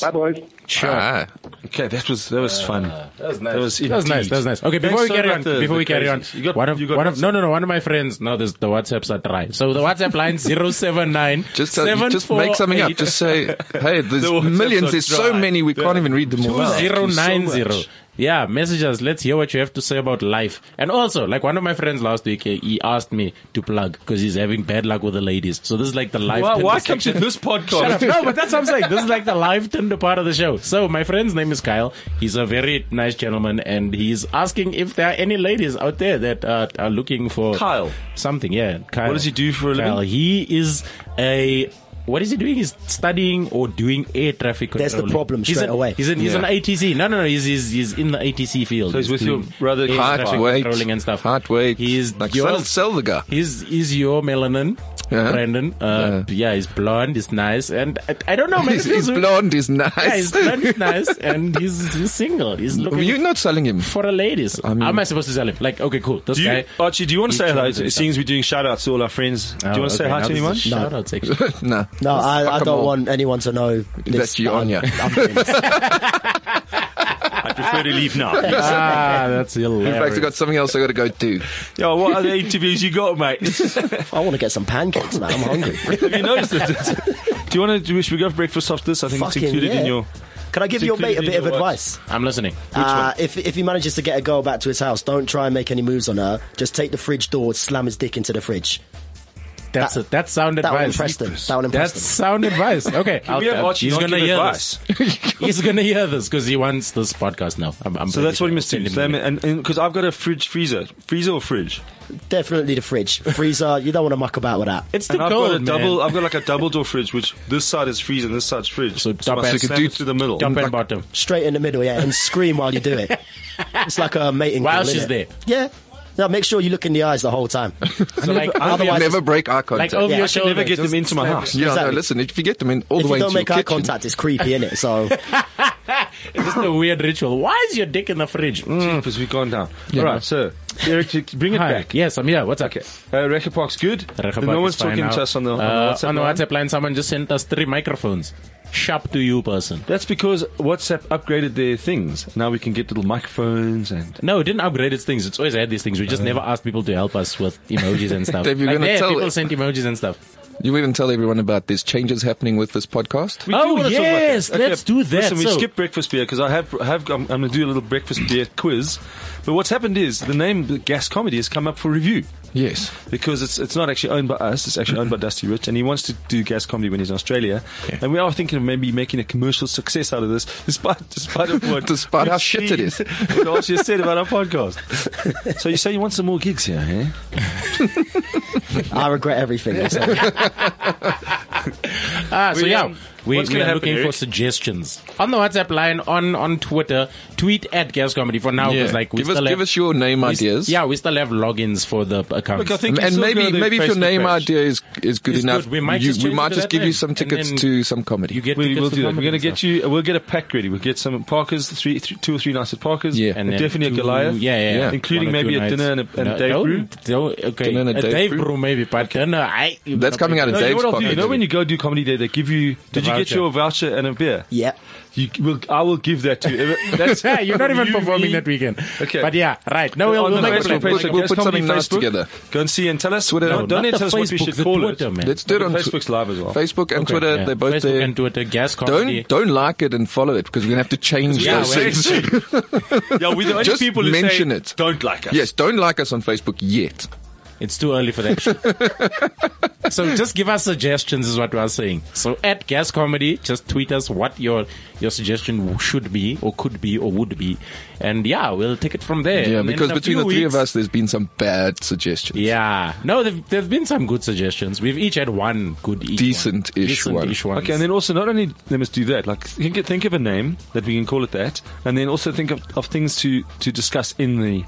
Speaker 4: Cheers.
Speaker 8: Bye, boys.
Speaker 5: Ah.
Speaker 4: Okay, that was that was fun. That was nice. That was,
Speaker 3: That was nice. That was nice. Okay, before we
Speaker 4: Thanks so
Speaker 3: carry
Speaker 4: much,
Speaker 3: on,
Speaker 4: the-
Speaker 3: before
Speaker 4: the
Speaker 3: we carry on,
Speaker 4: crazies. You got-
Speaker 3: one of,
Speaker 4: you got
Speaker 3: one of,
Speaker 4: WhatsApp.
Speaker 3: no, no, no, one of my friends. No, this, the WhatsApps are dry. So the WhatsApp line 079.
Speaker 5: Just, uh, you just make something up. Just say, hey, there's
Speaker 4: The WhatsApp's
Speaker 5: millions.
Speaker 4: are
Speaker 5: There's so
Speaker 4: dry.
Speaker 5: many. We can't even read them all. out.
Speaker 3: Zero nine
Speaker 5: So
Speaker 3: zero.
Speaker 5: much.
Speaker 3: Yeah, message us. Let's hear what you have to say about life. And also, like one of my friends last week, he- he asked me to plug because he's having bad luck with the ladies. So this is like the life.
Speaker 4: Why,
Speaker 3: Tinder
Speaker 4: why come
Speaker 3: section.
Speaker 4: to this podcast?
Speaker 3: No, but that's what I'm saying. This is like the live Tinder part of the show. So my friend's name is Kyle. He's a very nice gentleman, and he's asking if there are any ladies out there that uh, are looking for
Speaker 4: Kyle.
Speaker 3: something. Yeah, Kyle.
Speaker 4: What does he do for a
Speaker 3: Kyle.
Speaker 4: living?
Speaker 3: He is a
Speaker 4: what is he doing? He's studying or doing air traffic control.
Speaker 6: There's the problem
Speaker 4: he's
Speaker 6: straight
Speaker 4: an,
Speaker 6: away.
Speaker 4: He's an, he's
Speaker 5: Yeah.
Speaker 4: an ATC. No, no, no. He's, he's, he's in the ATC field.
Speaker 3: So he's with
Speaker 4: doing
Speaker 3: your brother
Speaker 4: air
Speaker 3: Hard
Speaker 4: traffic
Speaker 5: weight.
Speaker 4: controlling and stuff.
Speaker 5: Hard weight.
Speaker 4: He's
Speaker 5: Like
Speaker 4: your-
Speaker 5: Sel- Selviger.
Speaker 4: He's, he's your melanin.
Speaker 5: Yeah.
Speaker 4: Brandon, uh, yeah. he's blonde, he's nice, and I, I don't know, man.
Speaker 5: He's,
Speaker 4: it feels
Speaker 5: he's
Speaker 4: weird.
Speaker 5: blonde, he's nice.
Speaker 4: Yeah, he's blonde, he's nice, and he's, he's single. He's looking
Speaker 5: You're not selling him.
Speaker 4: for a ladies. How am I supposed to tell him? Like, okay, cool. This
Speaker 3: Do you,
Speaker 4: guy.
Speaker 3: Archie, do you want to
Speaker 4: He
Speaker 3: say hello?
Speaker 4: chose himself.
Speaker 3: Seeing as we're doing shout outs to all our friends,
Speaker 4: Oh,
Speaker 3: do you want to say hi to anyone?
Speaker 4: Shout out section.
Speaker 5: no.
Speaker 6: No, I, I
Speaker 5: fuck 'em
Speaker 6: don't
Speaker 5: all.
Speaker 6: want anyone to know this.
Speaker 5: That's you on ya.
Speaker 6: I'm doing this.
Speaker 3: I prefer to leave now.
Speaker 4: ah, that's hilarious.
Speaker 5: In fact, I got something else I got to go do.
Speaker 3: Yo, what other interviews you got, mate? Have
Speaker 6: I want to get some pancakes, man. I'm hungry.
Speaker 3: you noticed that? do you want to? Should we go for breakfast after this? I think
Speaker 6: Fucking
Speaker 3: it's included
Speaker 6: yeah.
Speaker 3: in your.
Speaker 6: Can I give your mate a
Speaker 3: Including
Speaker 6: bit of
Speaker 3: your
Speaker 6: advice?
Speaker 4: I'm listening.
Speaker 6: Uh, if if he manages to get a girl back to his house, don't try and make any moves on her. Just take the fridge door, slam his dick into the fridge.
Speaker 4: That's
Speaker 6: that-
Speaker 4: that, that's sound
Speaker 6: That will
Speaker 4: advice.
Speaker 6: impress them. That will impress
Speaker 4: That's sound advice. Okay, I'll-
Speaker 3: We have Archie
Speaker 4: he's
Speaker 3: not
Speaker 4: gonna
Speaker 3: give
Speaker 4: hear
Speaker 3: advice.
Speaker 4: this. He's gonna hear this because he wants this podcast now. I'm, I'm
Speaker 3: So that's what he must
Speaker 4: send
Speaker 3: do.
Speaker 4: him
Speaker 3: Slam
Speaker 4: the
Speaker 3: it, and because I've got a fridge freezer, freezer or fridge,
Speaker 6: them. Definitely the fridge, freezer. you don't want to muck about with that.
Speaker 4: It's too
Speaker 3: and I've got a
Speaker 4: cold, man.
Speaker 3: double. I've got like a double door fridge, which this side is freezer and this side's fridge.
Speaker 4: So top
Speaker 3: I must
Speaker 4: and-
Speaker 3: slam it through the middle.
Speaker 4: Top and bottom.
Speaker 6: Straight in the middle, yeah, and scream while you do it. It's like a mating.
Speaker 4: While
Speaker 6: call,
Speaker 4: she's
Speaker 6: innit?
Speaker 4: there.
Speaker 6: Yeah. No, make sure you look in the eyes the whole time.
Speaker 4: So like, over your-
Speaker 6: Otherwise,
Speaker 5: Never break eye
Speaker 4: like
Speaker 5: contact.
Speaker 4: over
Speaker 6: Yeah, I
Speaker 4: your
Speaker 6: should
Speaker 4: shoulder.
Speaker 3: Never get
Speaker 4: just
Speaker 3: them into my
Speaker 4: slam
Speaker 3: house.
Speaker 5: yeah,
Speaker 6: oh, exactly.
Speaker 5: no, listen, if you get them in all
Speaker 6: if
Speaker 5: the way
Speaker 6: you don't
Speaker 5: into
Speaker 6: make
Speaker 5: your
Speaker 6: eye
Speaker 5: kitchen,
Speaker 6: contact, it's creepy, innit? So
Speaker 4: it. It's just a weird ritual. Why is your dick in the fridge?
Speaker 3: Because we've gone down. All right, so Eric, bring it
Speaker 4: Mm, Hi.
Speaker 3: back.
Speaker 4: Yes, I'm here. What's up?
Speaker 3: Okay. Uh, Record Park's good.
Speaker 4: Regenbach
Speaker 3: no
Speaker 4: is
Speaker 3: one's
Speaker 4: fine
Speaker 3: talking
Speaker 4: now.
Speaker 3: to us on the, on the
Speaker 4: Uh,
Speaker 3: WhatsApp.
Speaker 4: on the
Speaker 3: line.
Speaker 4: WhatsApp line. Someone just sent us three microphones. Sharp to you, person.
Speaker 3: That's because WhatsApp upgraded their things. Now we can get little microphones and.
Speaker 4: No, it didn't upgrade its things. It's always had these things. We just never asked people to help us with emojis and stuff.
Speaker 5: Dave, you're
Speaker 4: Like,
Speaker 5: gonna
Speaker 4: yeah,
Speaker 5: tell
Speaker 4: people
Speaker 5: it.
Speaker 4: sent emojis and stuff.
Speaker 5: you even tell everyone about there's changes happening with this podcast.
Speaker 3: We
Speaker 4: Oh,
Speaker 3: do wanna talk about that.
Speaker 4: yes, let's do that.
Speaker 3: Listen, we
Speaker 4: So-
Speaker 3: skip breakfast beer because I have, have I'm, I'm going to do a little breakfast beer quiz. But what's happened is the name the Gas Comedy has come up for review
Speaker 5: Yes.
Speaker 3: because it's it's not actually owned by us. It's actually owned by Dusty Rich, and he wants to do Gas Comedy when he's in Australia. And we are thinking of maybe making a commercial success out of this, despite despite of what
Speaker 5: Despite how
Speaker 3: we've
Speaker 5: shit it
Speaker 3: seen, what Archie has said about our podcast. so you say you want some more gigs here, eh?
Speaker 6: I regret everything. I said.
Speaker 4: Ah, so
Speaker 3: We,
Speaker 4: yeah,
Speaker 3: um,
Speaker 4: we,
Speaker 3: what's
Speaker 4: we
Speaker 3: gonna
Speaker 4: are
Speaker 3: happen,
Speaker 4: looking for
Speaker 3: Eric?
Speaker 4: suggestions on the WhatsApp line, on on Twitter, tweet at Gas Comedy for now. 'cause, Like, we
Speaker 5: give us
Speaker 4: still have,
Speaker 5: give us your name
Speaker 4: we s-
Speaker 5: ideas.
Speaker 4: Yeah, we still have logins for the account.
Speaker 3: Look, I think
Speaker 5: And,
Speaker 3: you
Speaker 5: and
Speaker 3: still
Speaker 5: maybe
Speaker 3: go to
Speaker 5: maybe if your
Speaker 3: Facebook
Speaker 5: name
Speaker 3: page.
Speaker 5: idea is, is good
Speaker 4: It's
Speaker 5: enough,
Speaker 4: good. We might
Speaker 5: you,
Speaker 4: just
Speaker 5: we
Speaker 4: change
Speaker 5: might
Speaker 4: it
Speaker 5: just
Speaker 4: that
Speaker 5: give
Speaker 4: way.
Speaker 5: you some
Speaker 4: And
Speaker 5: tickets
Speaker 4: then
Speaker 5: to some comedy.
Speaker 4: you get
Speaker 3: We,
Speaker 4: tickets
Speaker 3: we'll
Speaker 4: to
Speaker 3: do that. We're
Speaker 4: comedy
Speaker 3: going to
Speaker 4: and
Speaker 3: get
Speaker 4: stuff.
Speaker 3: you. We'll get a pack ready. We'll get some Parkers, three, three, two or three nights at Parkers.
Speaker 5: Yeah.
Speaker 4: And then
Speaker 3: definitely
Speaker 4: two-
Speaker 3: a Goliath.
Speaker 4: Yeah, yeah,
Speaker 5: Yeah.
Speaker 4: yeah.
Speaker 3: Including
Speaker 4: One or two
Speaker 3: maybe a
Speaker 4: nights.
Speaker 3: dinner and a, and
Speaker 4: no,
Speaker 3: a day
Speaker 4: don't-
Speaker 3: brew.
Speaker 4: don't- okay,
Speaker 5: Dinner and a
Speaker 4: a
Speaker 5: day
Speaker 4: day
Speaker 5: brew.
Speaker 4: brew maybe, but dinner. I,
Speaker 5: That's coming out in
Speaker 3: No, you know
Speaker 5: Dave's
Speaker 3: what I'll do?
Speaker 5: pocket.
Speaker 3: You know when you go do comedy day, they give you. Did you get
Speaker 4: voucher.
Speaker 3: your voucher and a beer?
Speaker 6: yeah.
Speaker 3: You will. I will give that to you. That's,
Speaker 4: Yeah, you're not even
Speaker 3: you,
Speaker 4: performing
Speaker 3: me.
Speaker 4: that weekend.
Speaker 3: Okay.
Speaker 4: But yeah, right. No, we'll,
Speaker 3: On
Speaker 4: we'll
Speaker 3: the
Speaker 4: make
Speaker 3: Facebook
Speaker 4: a plan.
Speaker 5: We'll
Speaker 3: page,
Speaker 5: put-
Speaker 3: like
Speaker 5: we'll
Speaker 3: Gas
Speaker 5: put
Speaker 3: Comedy
Speaker 5: something nice
Speaker 3: Facebook.
Speaker 5: together.
Speaker 3: Go and see and tell us.
Speaker 5: Twitter.
Speaker 3: No,
Speaker 5: No,
Speaker 3: don't
Speaker 4: Not
Speaker 3: tell
Speaker 4: the
Speaker 3: us what we
Speaker 4: Facebook,
Speaker 3: should
Speaker 4: the
Speaker 3: call
Speaker 4: Twitter,
Speaker 3: it.
Speaker 4: man.
Speaker 5: Let's do it on
Speaker 3: Facebook's live as well.
Speaker 5: Facebook and
Speaker 4: Okay,
Speaker 5: Twitter.
Speaker 4: yeah.
Speaker 5: They're both
Speaker 4: Facebook
Speaker 5: there.
Speaker 4: and Twitter, Gas Comedy.
Speaker 5: don't don't like it and follow it because we're gonna have to change
Speaker 4: Yeah,
Speaker 5: those
Speaker 4: we're-
Speaker 5: things.
Speaker 3: Yeah, we're the only
Speaker 5: Just
Speaker 3: people who
Speaker 5: mention
Speaker 3: say,
Speaker 5: it.
Speaker 3: Don't like us.
Speaker 5: yes, don't like us on Facebook yet.
Speaker 4: It's too early for that shit. so just give us suggestions is what we are saying. So at Gas Comedy, just tweet us what your your suggestion should be or could be or would be. And yeah, we'll take it from there.
Speaker 5: Yeah,
Speaker 4: And in
Speaker 5: because
Speaker 4: a
Speaker 5: between the
Speaker 4: few
Speaker 5: three of
Speaker 4: weeks-
Speaker 5: us, there's been some bad suggestions.
Speaker 4: Yeah. No, there have been some good suggestions. We've each had one good each
Speaker 5: Decent-ish
Speaker 4: one. Decent-ish one.
Speaker 3: Okay, and then also not only they must do that, like think, think of a name that we can call it that, and then also think of, of things to, to discuss in the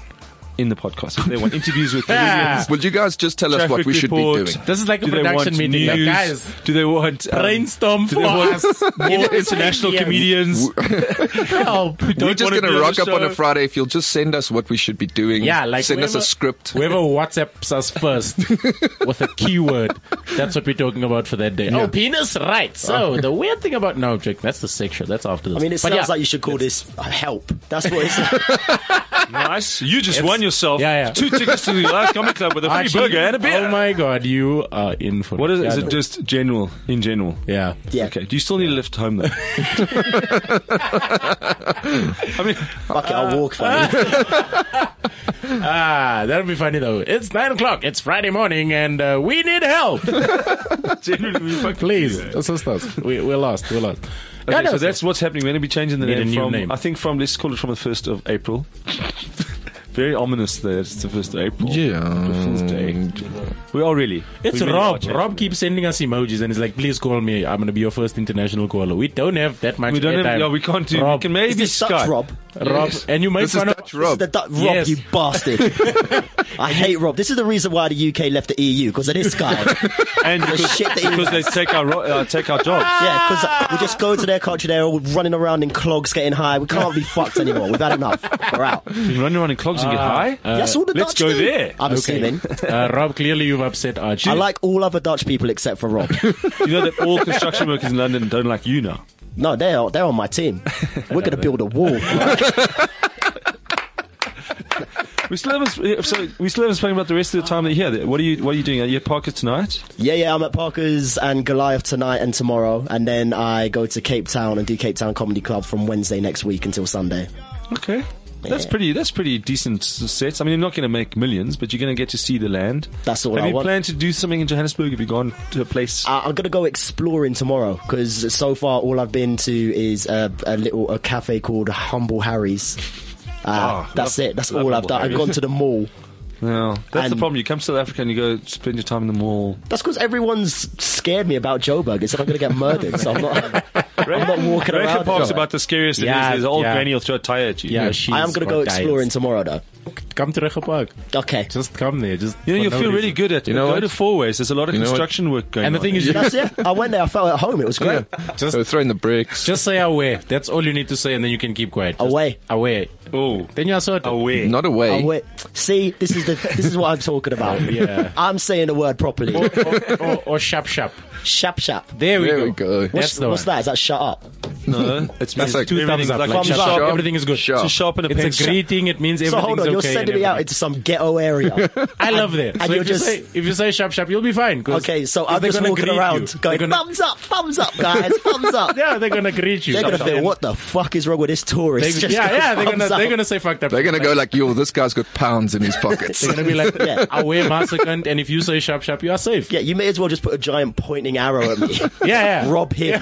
Speaker 3: in the podcast. If they want interviews with comedians,
Speaker 5: Will you guys just tell us what
Speaker 3: traffic
Speaker 5: we should
Speaker 3: report,
Speaker 5: be doing?
Speaker 4: This is like a
Speaker 3: do they
Speaker 4: production
Speaker 3: want
Speaker 4: meeting, like,
Speaker 3: news?
Speaker 4: guys,
Speaker 3: do they want um,
Speaker 4: Brainstorm
Speaker 3: do
Speaker 4: for
Speaker 3: they want
Speaker 4: us.
Speaker 3: more international
Speaker 4: Yes.
Speaker 3: comedians?
Speaker 4: Help.
Speaker 5: We're just
Speaker 3: wanna
Speaker 5: going to
Speaker 3: be on
Speaker 5: rock
Speaker 3: the
Speaker 5: up on a
Speaker 3: show.
Speaker 5: Friday if you'll just send us what we should be doing.
Speaker 4: Yeah, like
Speaker 5: send us a
Speaker 4: whoever-
Speaker 5: script.
Speaker 4: Whoever WhatsApps us first with a keyword, that's what we're talking about for that day. Oh, penis, right? So the weird thing about no, Jake, that's the section. That's after this.
Speaker 6: I mean, it
Speaker 4: But
Speaker 6: sounds
Speaker 4: yeah.
Speaker 6: like you should call this help. That's what it's like.
Speaker 3: nice, you just won yourself
Speaker 4: Yeah, yeah.
Speaker 3: two tickets to the live comedy club with a free
Speaker 4: Archie,
Speaker 3: burger and a beer.
Speaker 4: Oh my god, you are in for
Speaker 3: what is it? Is
Speaker 4: Yeah,
Speaker 3: it just general in general?
Speaker 4: yeah.
Speaker 6: Yeah.
Speaker 3: Okay. Do you still need a lift home though? I mean,
Speaker 6: Fuck it, I'll walk for you.
Speaker 4: Ah, that'll be funny though. It's nine o'clock. It's Friday morning, and uh, we need help.
Speaker 3: generally we fucking
Speaker 4: Please assist us. We, we're lost. We're lost. Yeah,
Speaker 3: Okay,
Speaker 4: no,
Speaker 3: so that's what's happening. We're going to be changing the
Speaker 4: Need a
Speaker 3: name
Speaker 4: new
Speaker 3: from.
Speaker 4: name.
Speaker 3: I think from let's call it from the first of April. Very ominous that it's the 1st of April.
Speaker 5: Yeah.
Speaker 3: Fool's Day. We are really.
Speaker 4: It's
Speaker 3: we really are,
Speaker 4: Rob.
Speaker 3: Jack.
Speaker 4: Rob keeps sending us emojis and he's like, please call me. I'm going to be your first international caller. We don't have that much
Speaker 3: We don't have.
Speaker 4: airtime.
Speaker 3: Yeah, we can't do.
Speaker 4: Rob.
Speaker 3: We can maybe
Speaker 6: Is this Dutch
Speaker 3: Skype.
Speaker 6: Rob?
Speaker 4: Rob, and you make
Speaker 5: This is
Speaker 4: fun of.
Speaker 5: Dutch Rob.
Speaker 6: The Dutch Rob,
Speaker 4: Yes.
Speaker 6: you bastard. I hate Rob. This is the reason why the UK left the EU, because of this guy.
Speaker 3: And
Speaker 6: The
Speaker 3: because,
Speaker 6: shit that he-
Speaker 3: because they take our ro- uh, take our jobs.
Speaker 6: Yeah,
Speaker 3: Ah!
Speaker 6: because we just go to their country, they're all running around in clogs, getting high. We can't be fucked anymore. We've had enough. We're out.
Speaker 3: You run around in clubs and get
Speaker 4: Ah.
Speaker 3: high.
Speaker 6: That's all the
Speaker 3: Uh, let's
Speaker 6: Dutch
Speaker 3: go
Speaker 6: do.
Speaker 3: there.
Speaker 6: I'm assuming.
Speaker 4: uh, Rob, clearly you've upset Archie.
Speaker 6: I like all other Dutch people except for Rob.
Speaker 3: you know that all construction workers in London don't like you now.
Speaker 6: No, they're they're on my team. We're gonna build a wall.
Speaker 3: We still haven't. sp- So we still haven't spoken about the rest of the time that you're here. What are you? What are you doing? Are you at Parker tonight?
Speaker 6: yeah, yeah. I'm at Parker's and Goliath tonight and tomorrow, and then I go to Cape Town and do Cape Town Comedy Club from Wednesday next week until Sunday.
Speaker 3: Okay. That's
Speaker 6: Yeah.
Speaker 3: pretty. That's pretty decent s- sets. I mean, you're not going to make millions, but you're going to get to see the land.
Speaker 6: That's all
Speaker 3: Have
Speaker 6: I
Speaker 3: you
Speaker 6: want.
Speaker 3: planned to do something in Johannesburg? Have you gone to a place?
Speaker 6: Uh, I'm gonna go exploring tomorrow because so far all I've been to is a, a little a cafe called Humble Harry's. Uh,
Speaker 3: Ah,
Speaker 6: that's
Speaker 3: love-
Speaker 6: it. That's
Speaker 3: love
Speaker 6: all I've
Speaker 3: Humble
Speaker 6: done. I've
Speaker 3: Harry's.
Speaker 6: gone to the mall.
Speaker 3: no, that's the
Speaker 6: and-
Speaker 3: problem. You come to South Africa and you go spend your time in the mall.
Speaker 6: That's because everyone's scared me about Joburg. They said I'm gonna get murdered, so I'm not. I'm not walking
Speaker 3: Rachel
Speaker 6: around.
Speaker 3: Park's
Speaker 6: Joburg.
Speaker 3: about the scariest. it is.
Speaker 4: Yeah,
Speaker 3: There's an old
Speaker 4: yeah.
Speaker 3: granny will throw a tire at you.
Speaker 4: yeah, she's
Speaker 6: I am gonna
Speaker 4: got
Speaker 6: go
Speaker 4: diets.
Speaker 6: exploring tomorrow though.
Speaker 4: Come to Recha Park.
Speaker 6: Okay.
Speaker 4: Just come there. Just
Speaker 3: You know,
Speaker 4: for
Speaker 3: you
Speaker 4: no
Speaker 3: feel really
Speaker 4: reason.
Speaker 3: good at. You
Speaker 5: You know
Speaker 3: go
Speaker 5: what?
Speaker 3: to Four Ways. There's a lot of
Speaker 5: You know what?
Speaker 3: construction work going.
Speaker 4: And the
Speaker 3: on.
Speaker 4: thing is, you
Speaker 6: That's it. I went there. I felt at home. It was great.
Speaker 5: Yeah. Just so throwing the bricks.
Speaker 4: just say away. That's all you need to say, and then you can keep quiet. Just
Speaker 6: Away.
Speaker 4: away.
Speaker 3: oh,
Speaker 4: Then you're sorted.
Speaker 3: away.
Speaker 5: Not away.
Speaker 6: Oh, wait. See, this is the this is what I'm talking about.
Speaker 4: Yeah.
Speaker 6: I'm saying the word properly.
Speaker 4: or, or, or, or shap shap.
Speaker 6: shap shap.
Speaker 4: There we
Speaker 5: There
Speaker 4: go.
Speaker 5: we go.
Speaker 4: That's the
Speaker 6: What's
Speaker 4: one.
Speaker 6: that? Is that shut up?
Speaker 3: no, it's
Speaker 5: That's like-
Speaker 3: two thumbs
Speaker 4: Everything's
Speaker 3: up.
Speaker 4: up.
Speaker 3: Like
Speaker 4: Like,
Speaker 3: to
Speaker 4: shap,
Speaker 6: thumbs
Speaker 4: shop.
Speaker 6: up.
Speaker 5: Sharp.
Speaker 4: Everything is good.
Speaker 5: Sharp.
Speaker 3: to sharpen a pen.
Speaker 4: It's a greeting. It means
Speaker 6: So
Speaker 4: everything's
Speaker 6: hold on,
Speaker 4: okay.
Speaker 6: you're
Speaker 4: and
Speaker 6: sending me out
Speaker 4: everything.
Speaker 6: into some ghetto area.
Speaker 4: I love that.
Speaker 6: and
Speaker 4: so
Speaker 6: you're
Speaker 4: if
Speaker 6: just-
Speaker 4: you say if you say shop shop, you'll be fine. 'cause-
Speaker 6: okay, so
Speaker 4: 'cause
Speaker 6: I'm
Speaker 4: they're
Speaker 6: just
Speaker 4: gonna
Speaker 6: walking
Speaker 4: greet
Speaker 6: around
Speaker 4: you.
Speaker 6: going
Speaker 4: They're gonna,
Speaker 6: thumbs up, thumbs up, guys, thumbs up.
Speaker 4: yeah, they're gonna greet you.
Speaker 6: They're gonna
Speaker 4: Shop, shop.
Speaker 6: feel what the fuck is wrong with this tourist?
Speaker 4: They-
Speaker 6: Just
Speaker 4: yeah,
Speaker 6: go
Speaker 4: yeah, they're gonna
Speaker 6: thumbs up.
Speaker 4: they're gonna say fucked up.
Speaker 5: They're going to go like, yo, this guy's got pounds in his pockets.
Speaker 4: They're gonna be like,
Speaker 6: Yeah.
Speaker 4: I wear massacant, and if you say shop shop, you are safe.
Speaker 6: Yeah, you may as well just put a giant pointing arrow at me.
Speaker 4: Yeah, yeah.
Speaker 6: Rob him.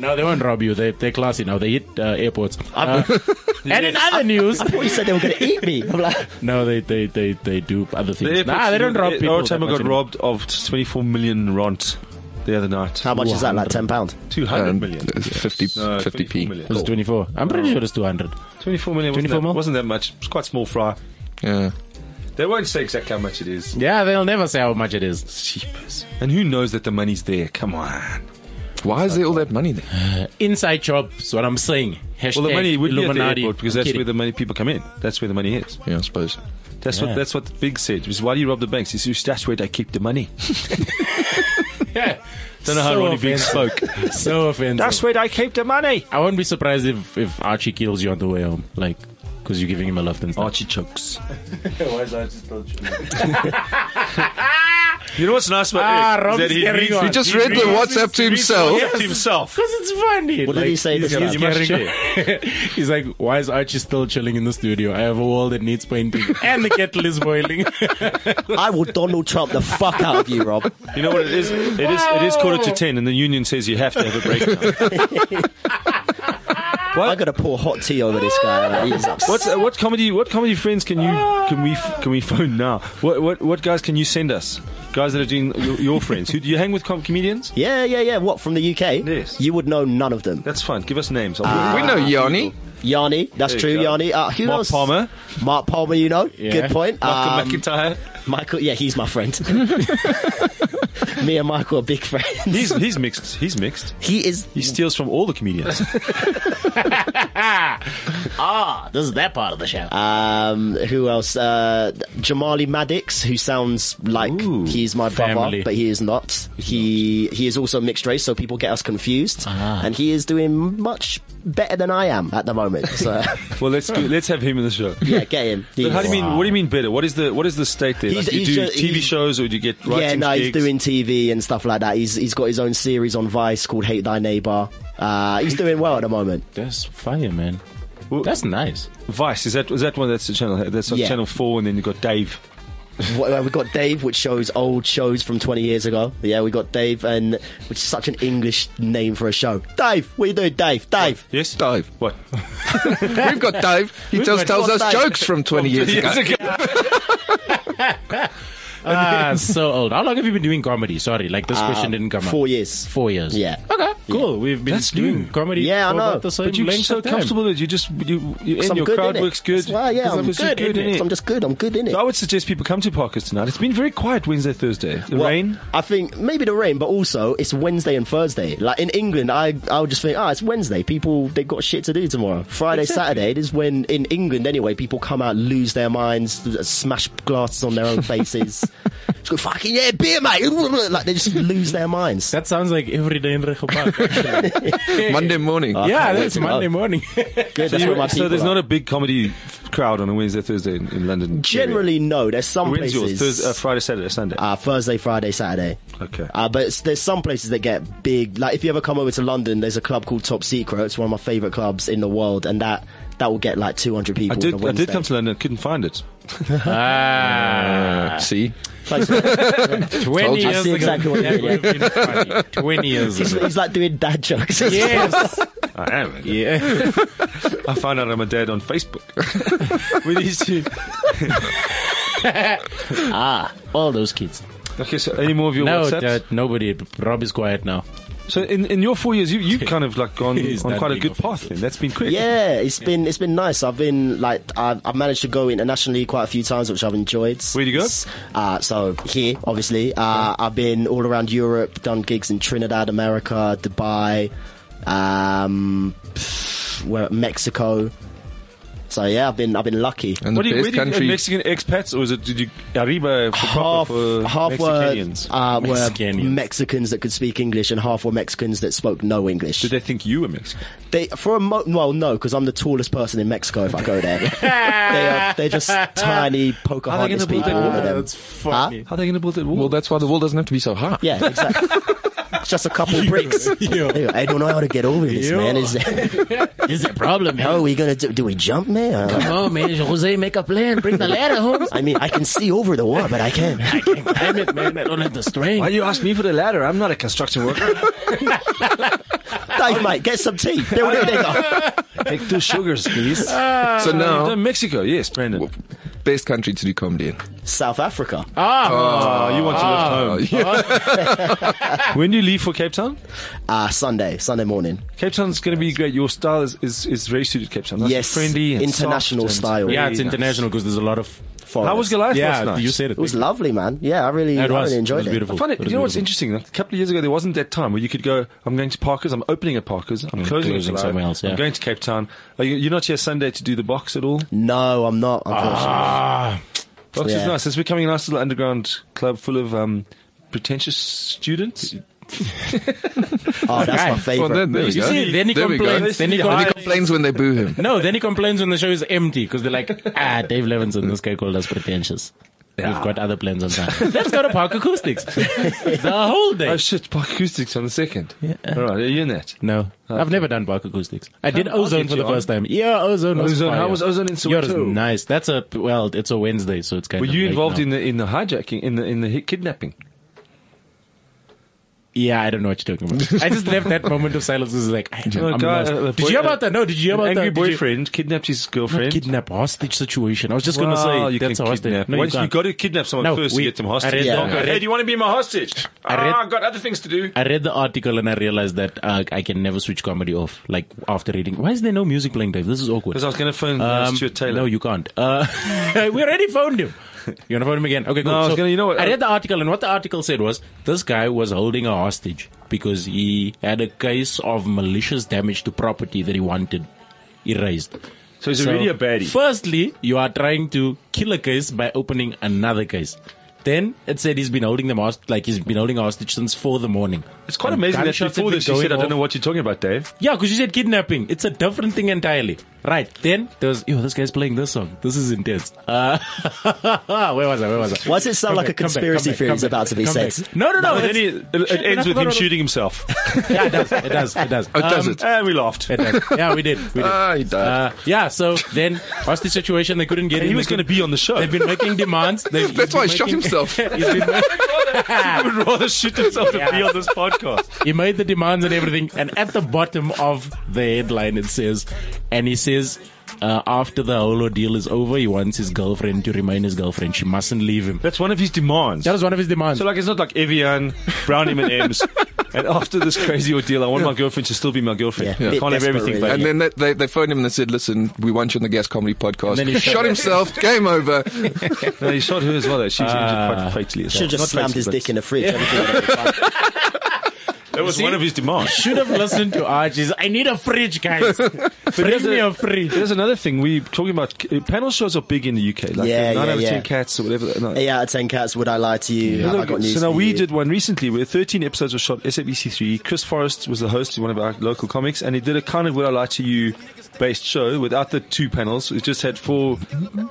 Speaker 4: No, they won't rob you. They they're classy now. They hit uh, airports. Uh, and in other news,
Speaker 6: I thought you said they were going to eat me. I'm like,
Speaker 4: no, they they they they do other
Speaker 3: The
Speaker 4: things.
Speaker 3: airport's-
Speaker 4: Nah, they don't rob
Speaker 3: the-
Speaker 4: people.
Speaker 3: Our time
Speaker 4: that
Speaker 3: I got
Speaker 4: much
Speaker 3: robbed of 24 million rand the other night.
Speaker 6: how much is that? Like ten pound.
Speaker 3: 200
Speaker 5: Um,
Speaker 3: million.
Speaker 5: 50,
Speaker 3: No, 24
Speaker 5: 50p.
Speaker 3: million.
Speaker 4: It was 24. I'm pretty
Speaker 3: Oh.
Speaker 4: sure it's 200.
Speaker 3: 24 million.
Speaker 4: 24
Speaker 3: Wasn't, that,
Speaker 4: mil?
Speaker 3: wasn't that much? It's quite small fry.
Speaker 5: Yeah.
Speaker 3: They won't say exactly how much it is.
Speaker 4: Yeah, they'll never say how much it is.
Speaker 3: Cheapers. And who knows that the money's there? Come on.
Speaker 5: Why is there all that money there?
Speaker 4: Inside job is what I'm saying. Hashtag
Speaker 3: Well, the money would be at the
Speaker 4: Illuminati.
Speaker 3: airport because that's
Speaker 4: Kidding.
Speaker 3: where the money people come in. That's where the money is.
Speaker 5: Yeah, I suppose.
Speaker 3: That's
Speaker 4: Yeah.
Speaker 3: what that's what Big said. Because why do you rob the banks? He says that's where they keep the money.
Speaker 4: Yeah.
Speaker 3: Don't know how
Speaker 4: So
Speaker 3: Ronnie Big
Speaker 4: offensive.
Speaker 3: spoke.
Speaker 4: So offensive.
Speaker 3: that's where they keep the money.
Speaker 4: I won't be surprised if, if Archie kills you on the way home. Like, because you're giving him a lift and stuff.
Speaker 3: Archie chokes. You know what's nice about
Speaker 4: Ah,
Speaker 3: Eric? is
Speaker 4: Rob
Speaker 3: that
Speaker 4: is
Speaker 3: he
Speaker 4: carrying
Speaker 3: reads-
Speaker 4: on.
Speaker 5: He just read the
Speaker 3: reads-
Speaker 5: WhatsApp to
Speaker 3: he reads the
Speaker 5: himself.
Speaker 3: WhatsApp to himself.
Speaker 4: Because it's funny.
Speaker 6: What did he say this
Speaker 4: he's
Speaker 6: time?
Speaker 4: carrying-
Speaker 3: You
Speaker 4: he's like, why is Archie still chilling in the studio? I have a wall that needs painting and the kettle is boiling.
Speaker 6: I will Donald Trump the fuck out of you, Rob.
Speaker 3: You know what it is? It is it is quarter to ten, and the union says you have to have a breakdown.
Speaker 6: I'm going to pour hot tea over this guy. Like, he's upset.
Speaker 3: What's, uh, what comedy? What comedy friends can you can we f- can we phone now? What what what guys can you send us? Guys that are doing your, your friends. Who do you hang with? Com- comedians?
Speaker 6: Yeah, yeah, yeah. What from the UK?
Speaker 3: Yes.
Speaker 6: You would know none of them.
Speaker 3: That's fine. Give us names. I'll-
Speaker 6: Ah.
Speaker 5: we know Yanni.
Speaker 6: Yanni, that's
Speaker 3: There
Speaker 6: true.
Speaker 3: you go.
Speaker 6: Yanni. Uh, who
Speaker 3: Mark
Speaker 6: else?
Speaker 3: Palmer.
Speaker 6: Mark Palmer, you know.
Speaker 4: Yeah.
Speaker 6: Good point. Um,
Speaker 3: Malcolm McIntyre.
Speaker 6: Michael, yeah, he's my friend. Me and Michael are big friends.
Speaker 3: He's he's mixed. He's mixed.
Speaker 6: He is.
Speaker 3: He steals from all the comedians.
Speaker 4: ah, this is that part of the show.
Speaker 6: Um, who else? Uh, Jamali Maddox, who sounds like
Speaker 3: Ooh,
Speaker 6: he's my brother,
Speaker 4: family.
Speaker 6: but he is not. he he is also mixed race, so people get us confused.
Speaker 3: Ah.
Speaker 6: And he is doing much better than I am at the moment. So
Speaker 3: well, let's go, let's have him in the show.
Speaker 6: yeah, get him.
Speaker 3: But how do you
Speaker 6: He's-
Speaker 3: mean? What do you mean better? What is the what is the state there?
Speaker 6: He's-
Speaker 3: Like, you
Speaker 6: he's
Speaker 3: do
Speaker 6: just-
Speaker 3: TV
Speaker 6: he's-
Speaker 3: shows or do you get writing
Speaker 6: yeah, no, he's
Speaker 3: gigs?
Speaker 6: doing TV and stuff like that. He's he's got his own series on Vice called Hate Thy Neighbor. Uh, he's doing well at the moment.
Speaker 4: That's fire, man.
Speaker 3: Well-
Speaker 4: That's nice.
Speaker 3: Vice. Is that is that one? That's the channel. That's on
Speaker 6: Yeah.
Speaker 3: Channel Four, and then you have got Dave.
Speaker 6: Wh- we uh, got Dave, which shows old shows from 20 years ago. Yeah, we got Dave, and which is such an English name for a show. Dave, what you doing, Dave? Dave.
Speaker 3: Yes?
Speaker 5: Dave.
Speaker 3: What?
Speaker 5: We've got Dave. He tells, tells
Speaker 6: got
Speaker 5: us
Speaker 6: Dave.
Speaker 5: jokes from 20 years ago.
Speaker 4: Ah, so old. How long have you been doing comedy? Sorry, like this question didn't come
Speaker 6: Four
Speaker 4: up.
Speaker 6: years.
Speaker 4: Four years.
Speaker 6: Yeah.
Speaker 4: Okay. Cool. We've been
Speaker 3: That's
Speaker 4: doing
Speaker 3: new.
Speaker 4: comedy.
Speaker 6: Yeah, I
Speaker 4: for about
Speaker 6: know.
Speaker 4: The same
Speaker 3: But you're
Speaker 4: length
Speaker 3: so
Speaker 4: of time.
Speaker 3: comfortable with it. You just, you, you
Speaker 6: So
Speaker 3: and
Speaker 6: I'm
Speaker 3: your
Speaker 6: good,
Speaker 3: crowd
Speaker 6: innit?
Speaker 3: works good.
Speaker 6: Well, yeah,
Speaker 3: 'Cause
Speaker 6: I'm
Speaker 3: obviously
Speaker 4: good, innit?
Speaker 3: innit?
Speaker 6: I'm just good. I'm good in it.
Speaker 3: So I would suggest people come to Parkers tonight. It's been very quiet Wednesday, Thursday. The
Speaker 6: Well,
Speaker 3: rain.
Speaker 6: I think maybe the rain, but also it's Wednesday and Thursday. Like in England, I I would just think, ah, it's Wednesday. People they've got shit to do tomorrow. Friday, Saturday. This is when in England anyway, people come out, lose their minds, th- smash glasses on their own faces. just go fucking yeah, beer, mate. Like they just lose their minds.
Speaker 4: That sounds like every day in Recho Park. actually.
Speaker 5: Monday morning.
Speaker 4: yeah,
Speaker 6: can't wait
Speaker 4: that's
Speaker 6: to go.
Speaker 4: Monday morning.
Speaker 6: Good. That's what my
Speaker 3: so
Speaker 6: people.
Speaker 3: there's
Speaker 6: are.
Speaker 3: not a big comedy f- crowd on a Wednesday, Thursday in, in London.
Speaker 6: generally no. There's some
Speaker 3: When's yours?
Speaker 6: places.
Speaker 3: Thursday, uh, Friday, Saturday, Sunday.
Speaker 6: uh, Thursday, Friday, Saturday.
Speaker 3: Okay.
Speaker 6: Uh, but it's, there's some places that get big. Like if you ever come over to London, there's a club called Top Secret. It's one of my favorite clubs in the world, and that that will get like 200 people.
Speaker 3: I
Speaker 6: on
Speaker 3: did.
Speaker 6: a
Speaker 3: I did
Speaker 6: Wednesday.
Speaker 3: come to London. Couldn't find it.
Speaker 4: Ah,
Speaker 5: Uh, See?
Speaker 4: 20
Speaker 5: you.
Speaker 6: I
Speaker 4: years
Speaker 6: see
Speaker 4: ago.
Speaker 6: exactly what
Speaker 4: That
Speaker 6: you mean.
Speaker 4: would have been funny. 20 years
Speaker 6: He's,
Speaker 4: ago.
Speaker 6: he's like doing dad jokes.
Speaker 4: Yes.
Speaker 3: I am.
Speaker 4: Yeah.
Speaker 3: I found out I'm a dad on Facebook. we need to.
Speaker 4: All those kids.
Speaker 3: Okay. So any more of your
Speaker 4: No,
Speaker 3: WhatsApps?
Speaker 4: that, nobody. Rob is quiet now.
Speaker 3: So in, in your four years, you you kind of like gone
Speaker 4: He's
Speaker 3: on
Speaker 4: that
Speaker 3: quite a
Speaker 4: big
Speaker 3: good
Speaker 4: of a-
Speaker 3: path. Then that's been quick.
Speaker 6: Yeah, it's been it's been nice. I've been like I've, I've managed to go internationally quite a few times, which I've enjoyed.
Speaker 3: Where'd you go?
Speaker 6: S- Uh, so here, obviously, uh, I've been all around Europe, done gigs in Trinidad, America, Dubai, um, pff, where Mexico. So yeah, I've been I've been lucky.
Speaker 5: And the
Speaker 3: What do you, where
Speaker 5: best
Speaker 3: do you,
Speaker 5: country.
Speaker 3: Mexican expats, or is it did you Arriba for,
Speaker 6: half
Speaker 3: proper for
Speaker 6: half were,
Speaker 3: Mexicanians?
Speaker 6: uh, were
Speaker 4: Mexicanians.
Speaker 6: Mexicans that could speak English, and half were Mexicans that spoke no English.
Speaker 3: Did they think you were Mexican?
Speaker 6: They for a mo- well no because I'm the tallest person in Mexico if I go there. they are they're just tiny Pocahontas people. All of them.
Speaker 4: funny.
Speaker 3: How are they going to build that wall?
Speaker 5: Well, that's why the wall doesn't have to be so high.
Speaker 6: Yeah, exactly. it's just a couple bricks. They go, I don't know how to get over this, man. Is
Speaker 4: Is a problem,
Speaker 6: how
Speaker 4: man.
Speaker 6: are we gonna do? Do we jump, man? Uh,
Speaker 4: Oh, man. Jose, make a plan. Bring the ladder home.
Speaker 6: I mean, I can see over the wall, but I can't.
Speaker 4: Damn it, man. I don't have the strength.
Speaker 3: you ask me for the ladder? I'm not a construction worker.
Speaker 6: Dave, mate, get some tea. There we go. There we go.
Speaker 3: Take two sugars, please.
Speaker 5: So
Speaker 3: You've
Speaker 5: now,
Speaker 3: done Uh, Mexico, yes, Brandon.
Speaker 5: best country to do comedy in.
Speaker 6: South Africa.
Speaker 3: Oh, you want to live home. when do you leave for Cape Town?
Speaker 6: Uh, Sunday, Sunday morning.
Speaker 3: Cape Town's going to be great. Your style is, is, is very suited Cape Town. Nice and
Speaker 6: yes,
Speaker 3: friendly, and
Speaker 6: international
Speaker 3: soft and-
Speaker 6: style.
Speaker 4: Yeah, it's international because there's a lot of.
Speaker 6: Forest.
Speaker 3: How was your life
Speaker 4: Yeah,
Speaker 3: last night?
Speaker 4: you said it.
Speaker 6: It was lovely, man. Yeah, I really,
Speaker 4: It
Speaker 6: I
Speaker 4: was.
Speaker 6: really enjoyed
Speaker 4: it was beautiful.
Speaker 3: I find it,
Speaker 4: It was
Speaker 3: you know what's
Speaker 4: beautiful.
Speaker 3: interesting? Like, a couple of years ago, there wasn't that time where you could go, I'm going to Parker's, I'm opening at Parker's, I'm closing, at
Speaker 4: closing
Speaker 3: July,
Speaker 4: somewhere else, yeah.
Speaker 3: I'm going to Cape Town. Are you, you're not here Sunday to do the box at all?
Speaker 6: No, I'm not.
Speaker 4: Ah.
Speaker 6: Unfortunately.
Speaker 3: Box is
Speaker 6: Yeah.
Speaker 3: nice. It's becoming a nice little underground club full of um, pretentious students.
Speaker 6: oh, that's my favorite.
Speaker 5: Well, then, there we
Speaker 4: You
Speaker 5: go.
Speaker 4: see, then he
Speaker 5: there we go.
Speaker 4: complains. Then he
Speaker 5: He
Speaker 4: complains.
Speaker 5: complains when they boo him.
Speaker 4: No, then he complains when the show is empty because they're like, ah, Dave Levinson, this guy called us pretentious. We've got other plans on time. Let's go to Park Acoustics. the whole
Speaker 3: Oh
Speaker 4: day.
Speaker 3: shit, Park Acoustics on the second. Yeah. All right, are you in that?
Speaker 4: No, I've never done Park Acoustics. I did
Speaker 3: I'll
Speaker 4: Ozone
Speaker 3: get
Speaker 4: for
Speaker 3: you
Speaker 4: the
Speaker 3: on.
Speaker 4: first time. Yeah, Ozone. Was
Speaker 3: Ozone,
Speaker 4: fire.
Speaker 3: how was Ozone in Soweto?
Speaker 4: Yours is nice. That's a well. It's a Wednesday, so it's kind
Speaker 3: Were
Speaker 4: of.
Speaker 3: you
Speaker 4: late
Speaker 3: involved
Speaker 4: now.
Speaker 3: in the in the hijacking, in the in the hi- kidnapping?
Speaker 4: Yeah, I don't know what you're talking about. I just left that moment of silence. It was like, I don't,
Speaker 3: Oh,
Speaker 4: I'm
Speaker 3: God,
Speaker 4: lost.
Speaker 3: uh,
Speaker 4: did you
Speaker 3: boy-
Speaker 4: hear about that? No, did you hear
Speaker 3: An
Speaker 4: about
Speaker 3: angry
Speaker 4: that? Did you-
Speaker 3: boyfriend kidnapped his
Speaker 4: Not
Speaker 3: girlfriend.
Speaker 4: kidnap hostage situation. I was just gonna
Speaker 3: Wow,
Speaker 4: say
Speaker 3: you
Speaker 4: that's a
Speaker 3: can
Speaker 4: hostage.
Speaker 3: kidnap.
Speaker 4: No,
Speaker 3: Once you
Speaker 4: you can't.
Speaker 3: have got to kidnap someone
Speaker 4: No,
Speaker 3: first
Speaker 4: we-
Speaker 3: to get them
Speaker 4: I
Speaker 3: hostage.
Speaker 4: read
Speaker 3: You
Speaker 6: that.
Speaker 3: can't go,
Speaker 6: I
Speaker 3: Hey,
Speaker 4: read-
Speaker 3: do you want to be my hostage?
Speaker 4: I read-
Speaker 3: ah, I've got other things to do.
Speaker 4: I read the article and I realized that uh, I can never switch comedy off. Like after reading, why is there no music playing, Dave? This is awkward.
Speaker 3: Because I was going to phone uh,
Speaker 4: Um,
Speaker 3: Stuart Taylor.
Speaker 4: No, you can't. Uh, we already phoned him. You want to phone him again? Okay, cool.
Speaker 3: I was gonna- you know what-
Speaker 4: I read the article, and what the article said was this guy was holding a hostage because he had a case of malicious damage to property that he wanted erased.
Speaker 3: so he's
Speaker 4: So,
Speaker 3: already a baddie.
Speaker 4: Firstly, you are trying to kill a case by opening another case. Then it said he's been holding them host- like he's been holding hostage since four in the morning.
Speaker 3: It's quite amazing that
Speaker 4: gunshots
Speaker 3: before
Speaker 4: had
Speaker 3: this
Speaker 4: been
Speaker 3: you said,
Speaker 4: going
Speaker 3: I don't know
Speaker 4: off."
Speaker 3: what you're talking about, Dave.
Speaker 4: Yeah, because you said kidnapping. It's a different thing entirely. Right. Then there was, yo, this guy's playing this song. This is intense. Uh, where was I? Where was I?
Speaker 6: Why does it sound
Speaker 4: Come
Speaker 6: like
Speaker 4: back,
Speaker 6: a
Speaker 4: come back,
Speaker 6: conspiracy
Speaker 4: come back,
Speaker 6: theory
Speaker 4: come
Speaker 6: is
Speaker 4: back,
Speaker 6: about to be
Speaker 4: come
Speaker 6: said?
Speaker 4: back. No, no, no.
Speaker 3: But then
Speaker 4: it's-
Speaker 3: he, it,
Speaker 4: shit,
Speaker 3: it ends
Speaker 4: no,
Speaker 3: with
Speaker 4: no,
Speaker 3: him
Speaker 4: no, no.
Speaker 3: shooting himself.
Speaker 4: Yeah, it does. It does. It does.
Speaker 5: Oh, does
Speaker 4: Um,
Speaker 5: it?
Speaker 3: and we laughed.
Speaker 4: It does. Yeah, we did. We did.
Speaker 5: Ah, he died.
Speaker 4: Uh, yeah, so then hostage situation, they couldn't get him.
Speaker 3: he was
Speaker 4: They
Speaker 3: going to
Speaker 4: couldn't-
Speaker 3: be on the show.
Speaker 4: They've been making demands. They've- he's
Speaker 5: That's why
Speaker 4: been
Speaker 5: he shot
Speaker 4: making-
Speaker 5: himself.
Speaker 4: he's been
Speaker 3: I would rather shoot himself than be on this podcast.
Speaker 4: he made the demands and everything. And at the bottom of the headline, it says, and he says, uh, after the whole ordeal is over, he wants his girlfriend to remain his girlfriend. She mustn't leave him.
Speaker 3: That's one of his demands.
Speaker 4: That was one of his demands.
Speaker 3: So like it's not like Evian, Brown M and M's, and after this crazy ordeal, I want my girlfriend to still be my girlfriend.
Speaker 6: Yeah.
Speaker 3: I can't have
Speaker 6: Desperate,
Speaker 3: everything,
Speaker 6: really.
Speaker 3: baby.
Speaker 5: And then they, they, they phoned him and they said, listen, we want you on the Gas Comedy Podcast.
Speaker 4: then he shot
Speaker 5: shot
Speaker 4: her.
Speaker 5: himself, game over.
Speaker 3: No, he shot her as well. Though. She was injured quite fatally. As well.
Speaker 6: Should have just slammed his dick in the fridge. Everything would have been fine.
Speaker 3: That was
Speaker 4: See?
Speaker 3: one of his demands.
Speaker 4: Should have listened to Archie's. I need a fridge, guys. Bring
Speaker 3: there's
Speaker 4: me
Speaker 3: a-
Speaker 4: a fridge.
Speaker 3: There's another thing we talking about. uh, Panel shows are big in the UK. Like uh,
Speaker 6: Yeah,
Speaker 3: nine out
Speaker 6: yeah,
Speaker 3: of
Speaker 6: yeah.
Speaker 3: ten cats or whatever. No.
Speaker 6: Eight out of ten cats. Would I lie to you? Have I got news
Speaker 3: so now
Speaker 6: for
Speaker 3: we
Speaker 6: you?
Speaker 3: did one recently where 13 episodes were shot SABC3 Chris Forrest was the host one of our local comics and he did a kind of Would I Lie to You based show without the two panels it just had four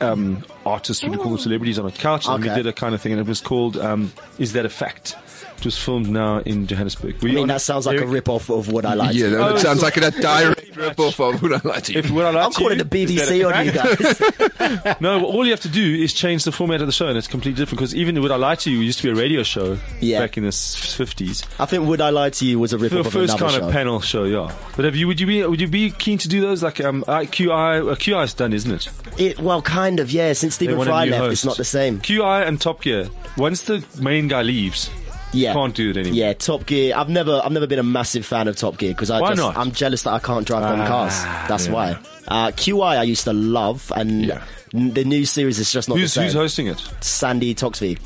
Speaker 3: um, artists would you call them celebrities on a couch and we
Speaker 6: Okay.
Speaker 3: did a kind of thing and it was called um, Is That a Fact it was filmed now in Johannesburg
Speaker 6: I mean, that sounds like a rip off of Would I Lie to
Speaker 5: yeah,
Speaker 6: You.
Speaker 5: that sounds like a direct rip-off of Would I Lie to You.
Speaker 3: if Would I Lie
Speaker 6: I'm
Speaker 3: to You
Speaker 6: calling the
Speaker 3: Is That a
Speaker 6: BBC on you
Speaker 3: Fact?
Speaker 6: guys.
Speaker 3: No, all you have to do is change the format of the show, and it's completely different. Because even Would I Lie to You used to be a radio show
Speaker 6: Yeah.
Speaker 3: back in the s- 50s.
Speaker 6: I think Would I Lie to You was a rip
Speaker 3: The
Speaker 6: off of
Speaker 3: first
Speaker 6: another
Speaker 3: kind
Speaker 6: show.
Speaker 3: of panel show, yeah. But have you would you be would you be keen to do those like um I- QI uh, QI's done, isn't it?
Speaker 6: It, well, kind of, yeah. Since
Speaker 3: They
Speaker 6: Stephen
Speaker 3: want a
Speaker 6: Fry
Speaker 3: new
Speaker 6: left,
Speaker 3: host.
Speaker 6: it's not the same.
Speaker 3: QI and Top Gear. Once the main guy leaves,
Speaker 6: Yeah,
Speaker 3: can't do it anymore.
Speaker 6: Yeah, Top Gear. I've never, I've never been a massive fan of Top Gear because I
Speaker 3: Why
Speaker 6: just,
Speaker 3: not? Ah,
Speaker 6: I'm jealous that I can't drive my own cars. That's why. Uh, QI, I used to love, and n- the new series is just not
Speaker 3: Who's
Speaker 6: the
Speaker 3: who's
Speaker 6: same.
Speaker 3: hosting it?
Speaker 6: Sandy Toxvig.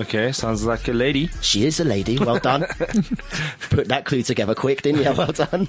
Speaker 3: Okay, sounds like a lady.
Speaker 6: She is a lady. Well done. Put that clue together quick, didn't you? Well done.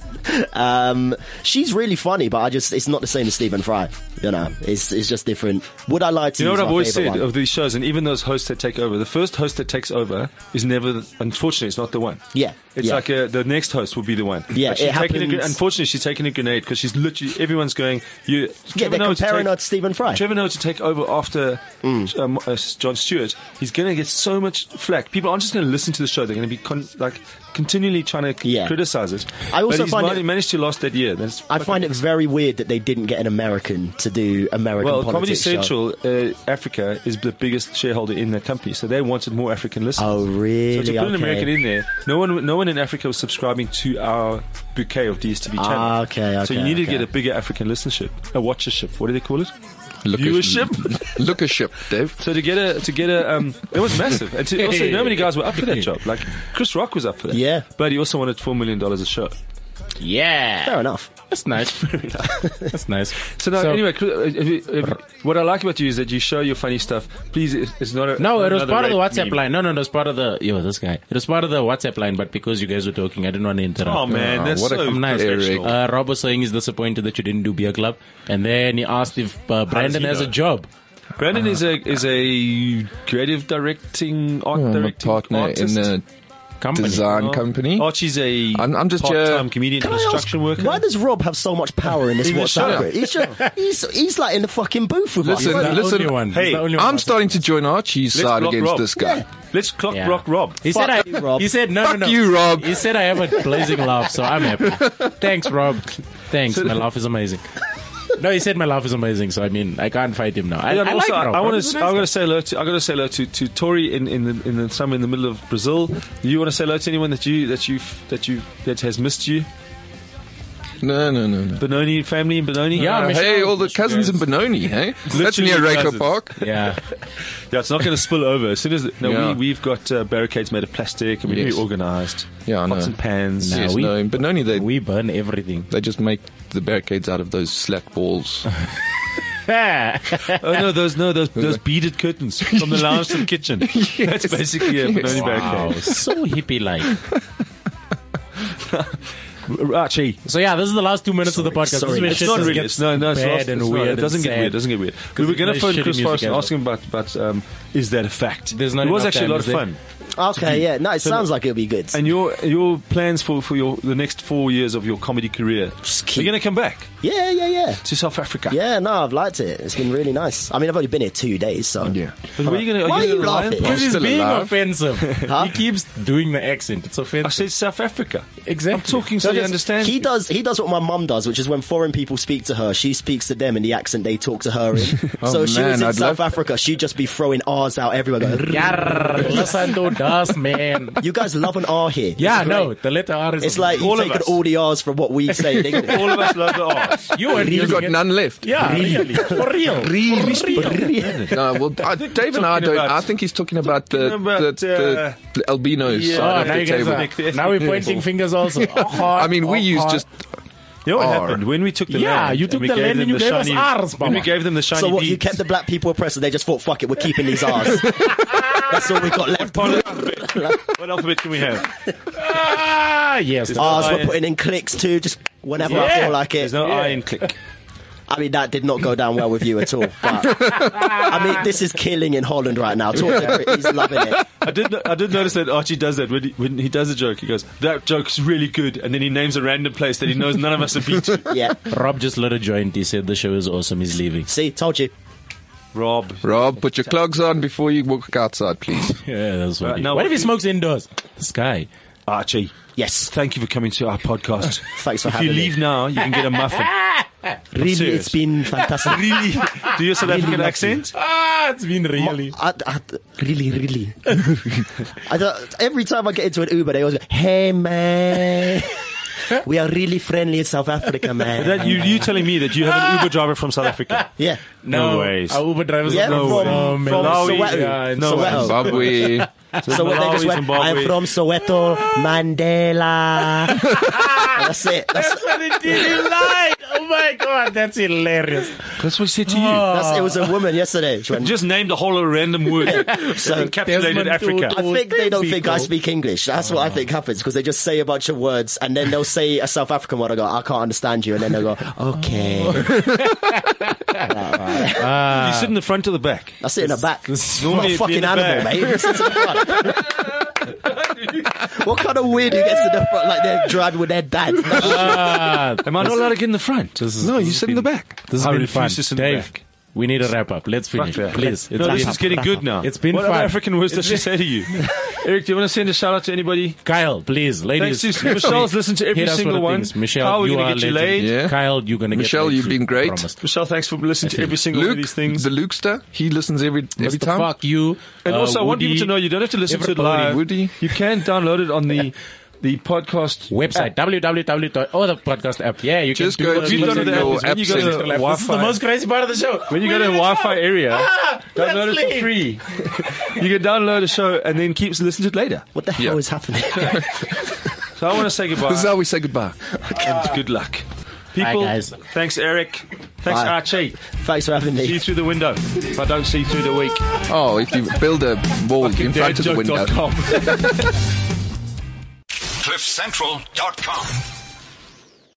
Speaker 6: Um, she's really funny, but I just, it's not the same as Stephen Fry. You know, it's, it's just different. Would I lie to
Speaker 3: You know
Speaker 6: you?
Speaker 3: what I've always
Speaker 6: is my
Speaker 3: said
Speaker 6: favourite one.
Speaker 3: of these shows, and even those hosts that take over. The first host that takes over is never, the- unfortunately, it's not the one.
Speaker 6: Yeah,
Speaker 3: it's
Speaker 6: yeah.
Speaker 3: like a, the next host will be the one.
Speaker 6: Yeah,
Speaker 3: But she's
Speaker 6: it
Speaker 3: taking a gre-
Speaker 6: happens-
Speaker 3: unfortunately, she's taking a grenade because she's literally everyone's going. You,
Speaker 6: Yeah,
Speaker 3: Trevor
Speaker 6: they're
Speaker 3: Noah to
Speaker 6: comparing
Speaker 3: take-
Speaker 6: her to Stephen Fry. Mm.
Speaker 3: Trevor Noah to take over after um, uh, John Stewart. He's going to get so much flack. People aren't just going to listen to the show. They're going to be con- like continually trying to c-
Speaker 6: Yeah.
Speaker 3: criticize it.
Speaker 6: I also
Speaker 3: But he's
Speaker 6: find
Speaker 3: man-
Speaker 6: it-
Speaker 3: managed to last that year. That's
Speaker 6: I find it very weird that they didn't get an American to do American
Speaker 3: Well, Comedy
Speaker 6: politics. show.
Speaker 3: Central uh, Africa is the biggest shareholder in that company, so they wanted more African listeners.
Speaker 6: Oh,
Speaker 3: So
Speaker 6: really?
Speaker 3: to put an
Speaker 6: Okay.
Speaker 3: American in there, no one, no one in Africa was subscribing to our bouquet of DSTV channels.
Speaker 6: Ah, okay,
Speaker 3: so
Speaker 6: okay,
Speaker 3: you needed
Speaker 6: okay.
Speaker 3: to get a bigger African listenership, a watchership. What do they call it?
Speaker 5: Lookership.
Speaker 3: Viewership.
Speaker 5: Lookership, Dave.
Speaker 3: So to get a to get a um, it was massive, and to, also no many guys were up for that job. Like Chris Rock was up for that.
Speaker 6: Yeah.
Speaker 3: but he also wanted four million dollars a show.
Speaker 4: Yeah.
Speaker 6: Fair enough.
Speaker 4: That's nice. That's nice.
Speaker 3: So now, anyway, Chris, uh, if you- if you- what I like about you is that you show your funny stuff. Please, it's it's not a
Speaker 4: No,
Speaker 3: not
Speaker 4: it was
Speaker 3: another
Speaker 4: part of the
Speaker 3: rape
Speaker 4: WhatsApp
Speaker 3: meme.
Speaker 4: line. No, no, it was part of the yo, this guy. It was part of the WhatsApp line, but because you guys were talking, I didn't want to interrupt.
Speaker 3: Oh man, that's
Speaker 5: uh, what a-
Speaker 3: so
Speaker 5: I'm nice.
Speaker 3: professional.
Speaker 5: Eric.
Speaker 4: Uh, Rob was saying he's disappointed that you didn't do beer club, and then he asked if uh, Brandon
Speaker 3: he
Speaker 4: has a
Speaker 3: know?
Speaker 4: job.
Speaker 3: Uh, Brandon is a is a creative directing art
Speaker 5: I'm Um, a
Speaker 3: directing
Speaker 5: partner
Speaker 3: artist. Oh.
Speaker 5: in a
Speaker 4: Company.
Speaker 5: design company.
Speaker 3: Archie's a
Speaker 5: I'm- I'm just, uh,
Speaker 3: part-time comedian,
Speaker 6: Can I ask,
Speaker 3: construction worker.
Speaker 6: Why does Rob have so much power in this
Speaker 3: the show.
Speaker 6: WhatsApp group? He's, just, he's, he's like in the fucking booth with
Speaker 5: Listen,
Speaker 6: us.
Speaker 4: The
Speaker 5: listen,
Speaker 4: only one.
Speaker 3: hey,
Speaker 4: He's the only one
Speaker 5: I'm
Speaker 4: that's-
Speaker 5: starting to join Archie's
Speaker 3: Let's
Speaker 5: side
Speaker 3: block
Speaker 5: against
Speaker 3: Rob.
Speaker 5: this guy.
Speaker 3: Let's clock
Speaker 4: Yeah.
Speaker 3: rock Rob.
Speaker 4: He said, I,
Speaker 6: you, Rob.
Speaker 4: he said, no,
Speaker 5: Fuck
Speaker 4: no, no.
Speaker 5: you, Rob.
Speaker 4: He said, I have a blazing laugh, so I'm happy. Thanks, Rob. Thanks. My laugh is amazing. No, he said my laugh is amazing, so I mean, I can't fight him now. I,
Speaker 3: Yeah,
Speaker 4: I
Speaker 3: and also,
Speaker 4: like Rob.
Speaker 3: I
Speaker 4: Rob
Speaker 3: want
Speaker 4: is a
Speaker 3: to. I
Speaker 4: nice guy.
Speaker 3: want to say hello to. I got to say hello to, to Tori in in the in the somewhere in the middle of Brazil. Do you want to say hello to anyone that you that you that you that has missed you?
Speaker 5: No, no, no, no.
Speaker 3: Benoni family in Benoni.
Speaker 4: Yeah,
Speaker 5: Uh,
Speaker 4: Michelle-
Speaker 5: hey, all the cousins in Benoni, hey? That's
Speaker 3: Literally
Speaker 5: near Raker
Speaker 3: cousins.
Speaker 5: Park.
Speaker 4: Yeah.
Speaker 3: yeah. It's not going to spill over. As soon as the, no,
Speaker 5: Yeah.
Speaker 3: we we've got uh, barricades made of plastic and we're
Speaker 5: Yes.
Speaker 3: very organised.
Speaker 5: Yeah, I know.
Speaker 3: pots and pans.
Speaker 5: Yes,
Speaker 4: we-
Speaker 5: no, in Benoni they
Speaker 4: We burn everything.
Speaker 5: they just make the barricades out of those slack balls.
Speaker 3: Oh no, those no those those beaded curtains from the lounge to the kitchen. That's uh, basically a Benoni barricade.
Speaker 4: wow. So hippie like.
Speaker 3: Archie.
Speaker 4: So yeah, this is the last two minutes of the podcast. This
Speaker 6: sorry.
Speaker 4: is where
Speaker 3: It's
Speaker 4: shit
Speaker 3: not
Speaker 4: just
Speaker 3: really.
Speaker 4: gets
Speaker 3: It's, no, no, it's
Speaker 4: bad
Speaker 3: not,
Speaker 4: and
Speaker 3: it's not-
Speaker 4: weird.
Speaker 3: it doesn't
Speaker 4: and
Speaker 3: get
Speaker 4: sad.
Speaker 3: weird. It doesn't get weird. We were
Speaker 4: it
Speaker 3: going to
Speaker 4: plays
Speaker 3: phone
Speaker 4: shitty
Speaker 3: Chris
Speaker 4: music
Speaker 3: Forrest and
Speaker 4: as
Speaker 3: ask him about, about um, is that a fact?
Speaker 4: There's not
Speaker 3: it was
Speaker 4: enough
Speaker 3: actually a
Speaker 4: time,
Speaker 3: lot
Speaker 4: is
Speaker 3: of
Speaker 4: there?
Speaker 3: fun.
Speaker 6: Okay, yeah. No, it sounds like it'll be good.
Speaker 3: And your your plans for, for your the next four years of your comedy career?
Speaker 6: Just
Speaker 3: You're
Speaker 6: keep-
Speaker 3: going to come back
Speaker 6: yeah, yeah, yeah.
Speaker 3: to South Africa.
Speaker 6: Yeah, no, I've liked it. It's been really nice. I mean, I've only been here two days, so.
Speaker 5: Yeah.
Speaker 3: But where are you going to?
Speaker 6: Why are you laughing?
Speaker 4: Because he's
Speaker 5: Still
Speaker 4: being
Speaker 5: alive.
Speaker 4: offensive. He keeps doing the accent. It's
Speaker 3: I
Speaker 4: offensive.
Speaker 3: said South Africa.
Speaker 4: Exactly.
Speaker 3: I'm talking so you understand.
Speaker 6: He does. He does what my mum does, which is when foreign people speak to her, she speaks to them in the accent they talk to her in. so if she was
Speaker 5: man,
Speaker 6: in
Speaker 5: I'd love-
Speaker 6: South Africa, she'd just be throwing R's out everywhere. Going,
Speaker 4: Yarr, listen to dust, man.
Speaker 6: you guys love an R here.
Speaker 4: Yeah, no, the letter R is.
Speaker 6: It's like
Speaker 3: All
Speaker 6: you
Speaker 3: of
Speaker 6: taken
Speaker 3: us.
Speaker 6: all the R's from what we say. They go,
Speaker 3: All of us love the arts.
Speaker 4: you weren't
Speaker 5: You've
Speaker 4: using
Speaker 5: got
Speaker 4: it.
Speaker 5: none left.
Speaker 4: Yeah, really, for real. Ah,
Speaker 5: No, well, I, Dave and I
Speaker 3: Talking
Speaker 5: don't.
Speaker 3: about-
Speaker 5: I think he's talking about the
Speaker 3: Talking about, uh,
Speaker 5: the, the, the albinos
Speaker 3: yeah.
Speaker 4: Oh,
Speaker 5: side
Speaker 4: now, you
Speaker 5: of the
Speaker 4: guys
Speaker 5: table.
Speaker 3: Nick, the
Speaker 4: are, now we're
Speaker 3: ethnic
Speaker 4: pointing fingers also.
Speaker 5: I mean,
Speaker 3: Oh,
Speaker 5: we use just
Speaker 3: You know what
Speaker 5: R.
Speaker 3: happened when we took the
Speaker 4: Yeah,
Speaker 3: land?
Speaker 4: you took
Speaker 3: we
Speaker 4: the
Speaker 3: gave
Speaker 4: land
Speaker 3: them
Speaker 4: and you
Speaker 3: the
Speaker 4: gave us
Speaker 3: shiny-
Speaker 4: Rs,
Speaker 3: When we
Speaker 4: mama.
Speaker 3: gave them the shiny.
Speaker 6: so what? You
Speaker 3: deeds.
Speaker 6: kept the black people oppressed, and they just thought, "Fuck it, we're keeping these R's." That's all we got left.
Speaker 3: Part of the alphabet. what alphabet can we have?
Speaker 4: Ah, yes.
Speaker 6: R's
Speaker 3: I-
Speaker 6: we're putting in clicks too, just whenever I
Speaker 4: Yeah.
Speaker 6: feel like it.
Speaker 3: There's no I in click.
Speaker 6: I mean, that did not go down well with you at all. But I mean, this is killing in Holland right now. Talk to Brit, he's loving it.
Speaker 3: I did. no- I did notice that Archie does that when he, when he does a joke. He goes, "That joke's really good," and then he names a random place that he knows none of us have been to.
Speaker 6: Yeah.
Speaker 4: Rob just lit a joint. He said the show is awesome. He's leaving.
Speaker 6: See, told you.
Speaker 3: Rob.
Speaker 5: Rob, put your
Speaker 3: oh.
Speaker 5: clogs on before you walk outside, please.
Speaker 4: Yeah, that's what.
Speaker 3: Right,
Speaker 4: he-
Speaker 3: now
Speaker 4: what
Speaker 3: what
Speaker 4: if he
Speaker 3: we-
Speaker 4: smokes indoors? This guy.
Speaker 3: Archie,
Speaker 6: Yes.
Speaker 3: thank you for coming to our podcast.
Speaker 6: Thanks for
Speaker 3: if
Speaker 6: having
Speaker 3: you
Speaker 6: me.
Speaker 3: leave now, you can get a muffin.
Speaker 6: Really,
Speaker 3: serious.
Speaker 6: it's been fantastic.
Speaker 3: really? Do your South African accent?
Speaker 4: Ah, it's been really.
Speaker 6: I, I, really, really. I don't, every time I get into an Uber, they always go, "Hey man, we are really friendly in South Africa, man."
Speaker 3: That you you telling me that you have an Uber driver from South Africa?
Speaker 6: yeah,
Speaker 3: No ways.
Speaker 4: Our Uber drivers
Speaker 6: yeah,
Speaker 4: are not
Speaker 6: from,
Speaker 4: so
Speaker 6: from,
Speaker 4: many.
Speaker 3: Malawi,
Speaker 6: Soweto.
Speaker 4: Oh, yeah, in
Speaker 3: no
Speaker 6: Soweto.
Speaker 5: Zimbabwe.
Speaker 6: So what they
Speaker 3: Malawi,
Speaker 6: just went,
Speaker 3: Zimbabwe.
Speaker 6: I'm from Soweto, Mandela. And that's it. That's,
Speaker 4: That's what it did. He lied. Oh my god, that's hilarious.
Speaker 3: That's what I said to you.
Speaker 6: that's, it was a woman yesterday. She
Speaker 3: You
Speaker 6: went,
Speaker 3: just named a whole random word.
Speaker 6: so,
Speaker 3: Encapsulated
Speaker 4: Uh, Desmond
Speaker 3: Africa.
Speaker 4: Tutu.
Speaker 6: I think they don't think I
Speaker 4: People.
Speaker 6: speak English. That's what I think happens because they just say a bunch of words and then they'll say a South African word. I go, I can't understand you, and then they'll go, okay.
Speaker 3: you sit in the front or the back?
Speaker 6: I sit in the back. I'm
Speaker 3: normally
Speaker 6: a
Speaker 3: it'd be in
Speaker 6: fucking
Speaker 3: the
Speaker 6: animal,
Speaker 3: back.
Speaker 6: mate. Who sits in the front? what kind of weird who gets to the front like they're driving with their dad?
Speaker 3: Am I not allowed to get in the front?
Speaker 5: no, you sit in the back.
Speaker 4: This has
Speaker 3: I
Speaker 4: been
Speaker 3: refuse
Speaker 4: fun.
Speaker 3: to sit in the
Speaker 4: Dave,
Speaker 3: back.
Speaker 4: we need a wrap up. Let's finish,
Speaker 3: Fuck that.
Speaker 4: please.
Speaker 3: No, this
Speaker 4: been-
Speaker 3: is getting good now.
Speaker 4: It's been
Speaker 3: what
Speaker 4: fun.
Speaker 3: other African words does she say to you? Eric, do you want to send a shout out to anybody?
Speaker 4: Kyle, please, ladies.
Speaker 3: Thanks, Susan. Michelle's listened to every
Speaker 4: hit us
Speaker 3: single
Speaker 4: with the
Speaker 3: one.
Speaker 4: Things. Michelle,
Speaker 3: Kyle, we're
Speaker 4: you
Speaker 3: gonna
Speaker 4: are
Speaker 3: get you laid.
Speaker 4: legend.
Speaker 5: Yeah.
Speaker 4: Kyle, you're going to get
Speaker 5: Michelle,
Speaker 4: laid
Speaker 5: you've
Speaker 4: too.
Speaker 5: been great.
Speaker 4: Promise.
Speaker 3: Michelle, thanks for listening to every single one of
Speaker 5: Luke,
Speaker 3: these things.
Speaker 5: the Lukester, he listens every every
Speaker 4: Mr.
Speaker 5: time.
Speaker 4: Fuck you.
Speaker 3: and
Speaker 4: uh,
Speaker 3: also, I want
Speaker 4: Woody,
Speaker 3: people to know you don't have to listen to it
Speaker 4: everybody.
Speaker 3: live.
Speaker 5: Woody.
Speaker 3: You can download it on the the podcast
Speaker 4: Website www. dot- Oh, the podcast app. Yeah, you
Speaker 5: Just
Speaker 4: can do
Speaker 5: go
Speaker 4: it.
Speaker 5: to
Speaker 4: You
Speaker 5: the-
Speaker 4: can do
Speaker 5: the
Speaker 4: it.
Speaker 5: app.
Speaker 3: Uh, when you go to
Speaker 5: Absolutely.
Speaker 4: This is the
Speaker 3: Wi-Fi-
Speaker 4: most crazy part of the show.
Speaker 3: When you Ah, go to a Wi-Fi area, download it
Speaker 4: Leslie.
Speaker 3: for free. you can download a show and then keep listening to it later.
Speaker 6: What the hell
Speaker 5: Yeah.
Speaker 6: is happening?
Speaker 3: So I want to say goodbye.
Speaker 5: This is how we say goodbye.
Speaker 3: and good luck. Ah. People,
Speaker 4: guys.
Speaker 3: thanks Eric. Thanks
Speaker 6: Bye.
Speaker 3: Archie.
Speaker 6: Thanks for having
Speaker 3: See you
Speaker 6: me.
Speaker 3: through the window. If I don't see you through the week,
Speaker 5: Oh, if you build a wall in front of the window.
Speaker 3: dadjoke.com.
Speaker 9: CliffCentral.com.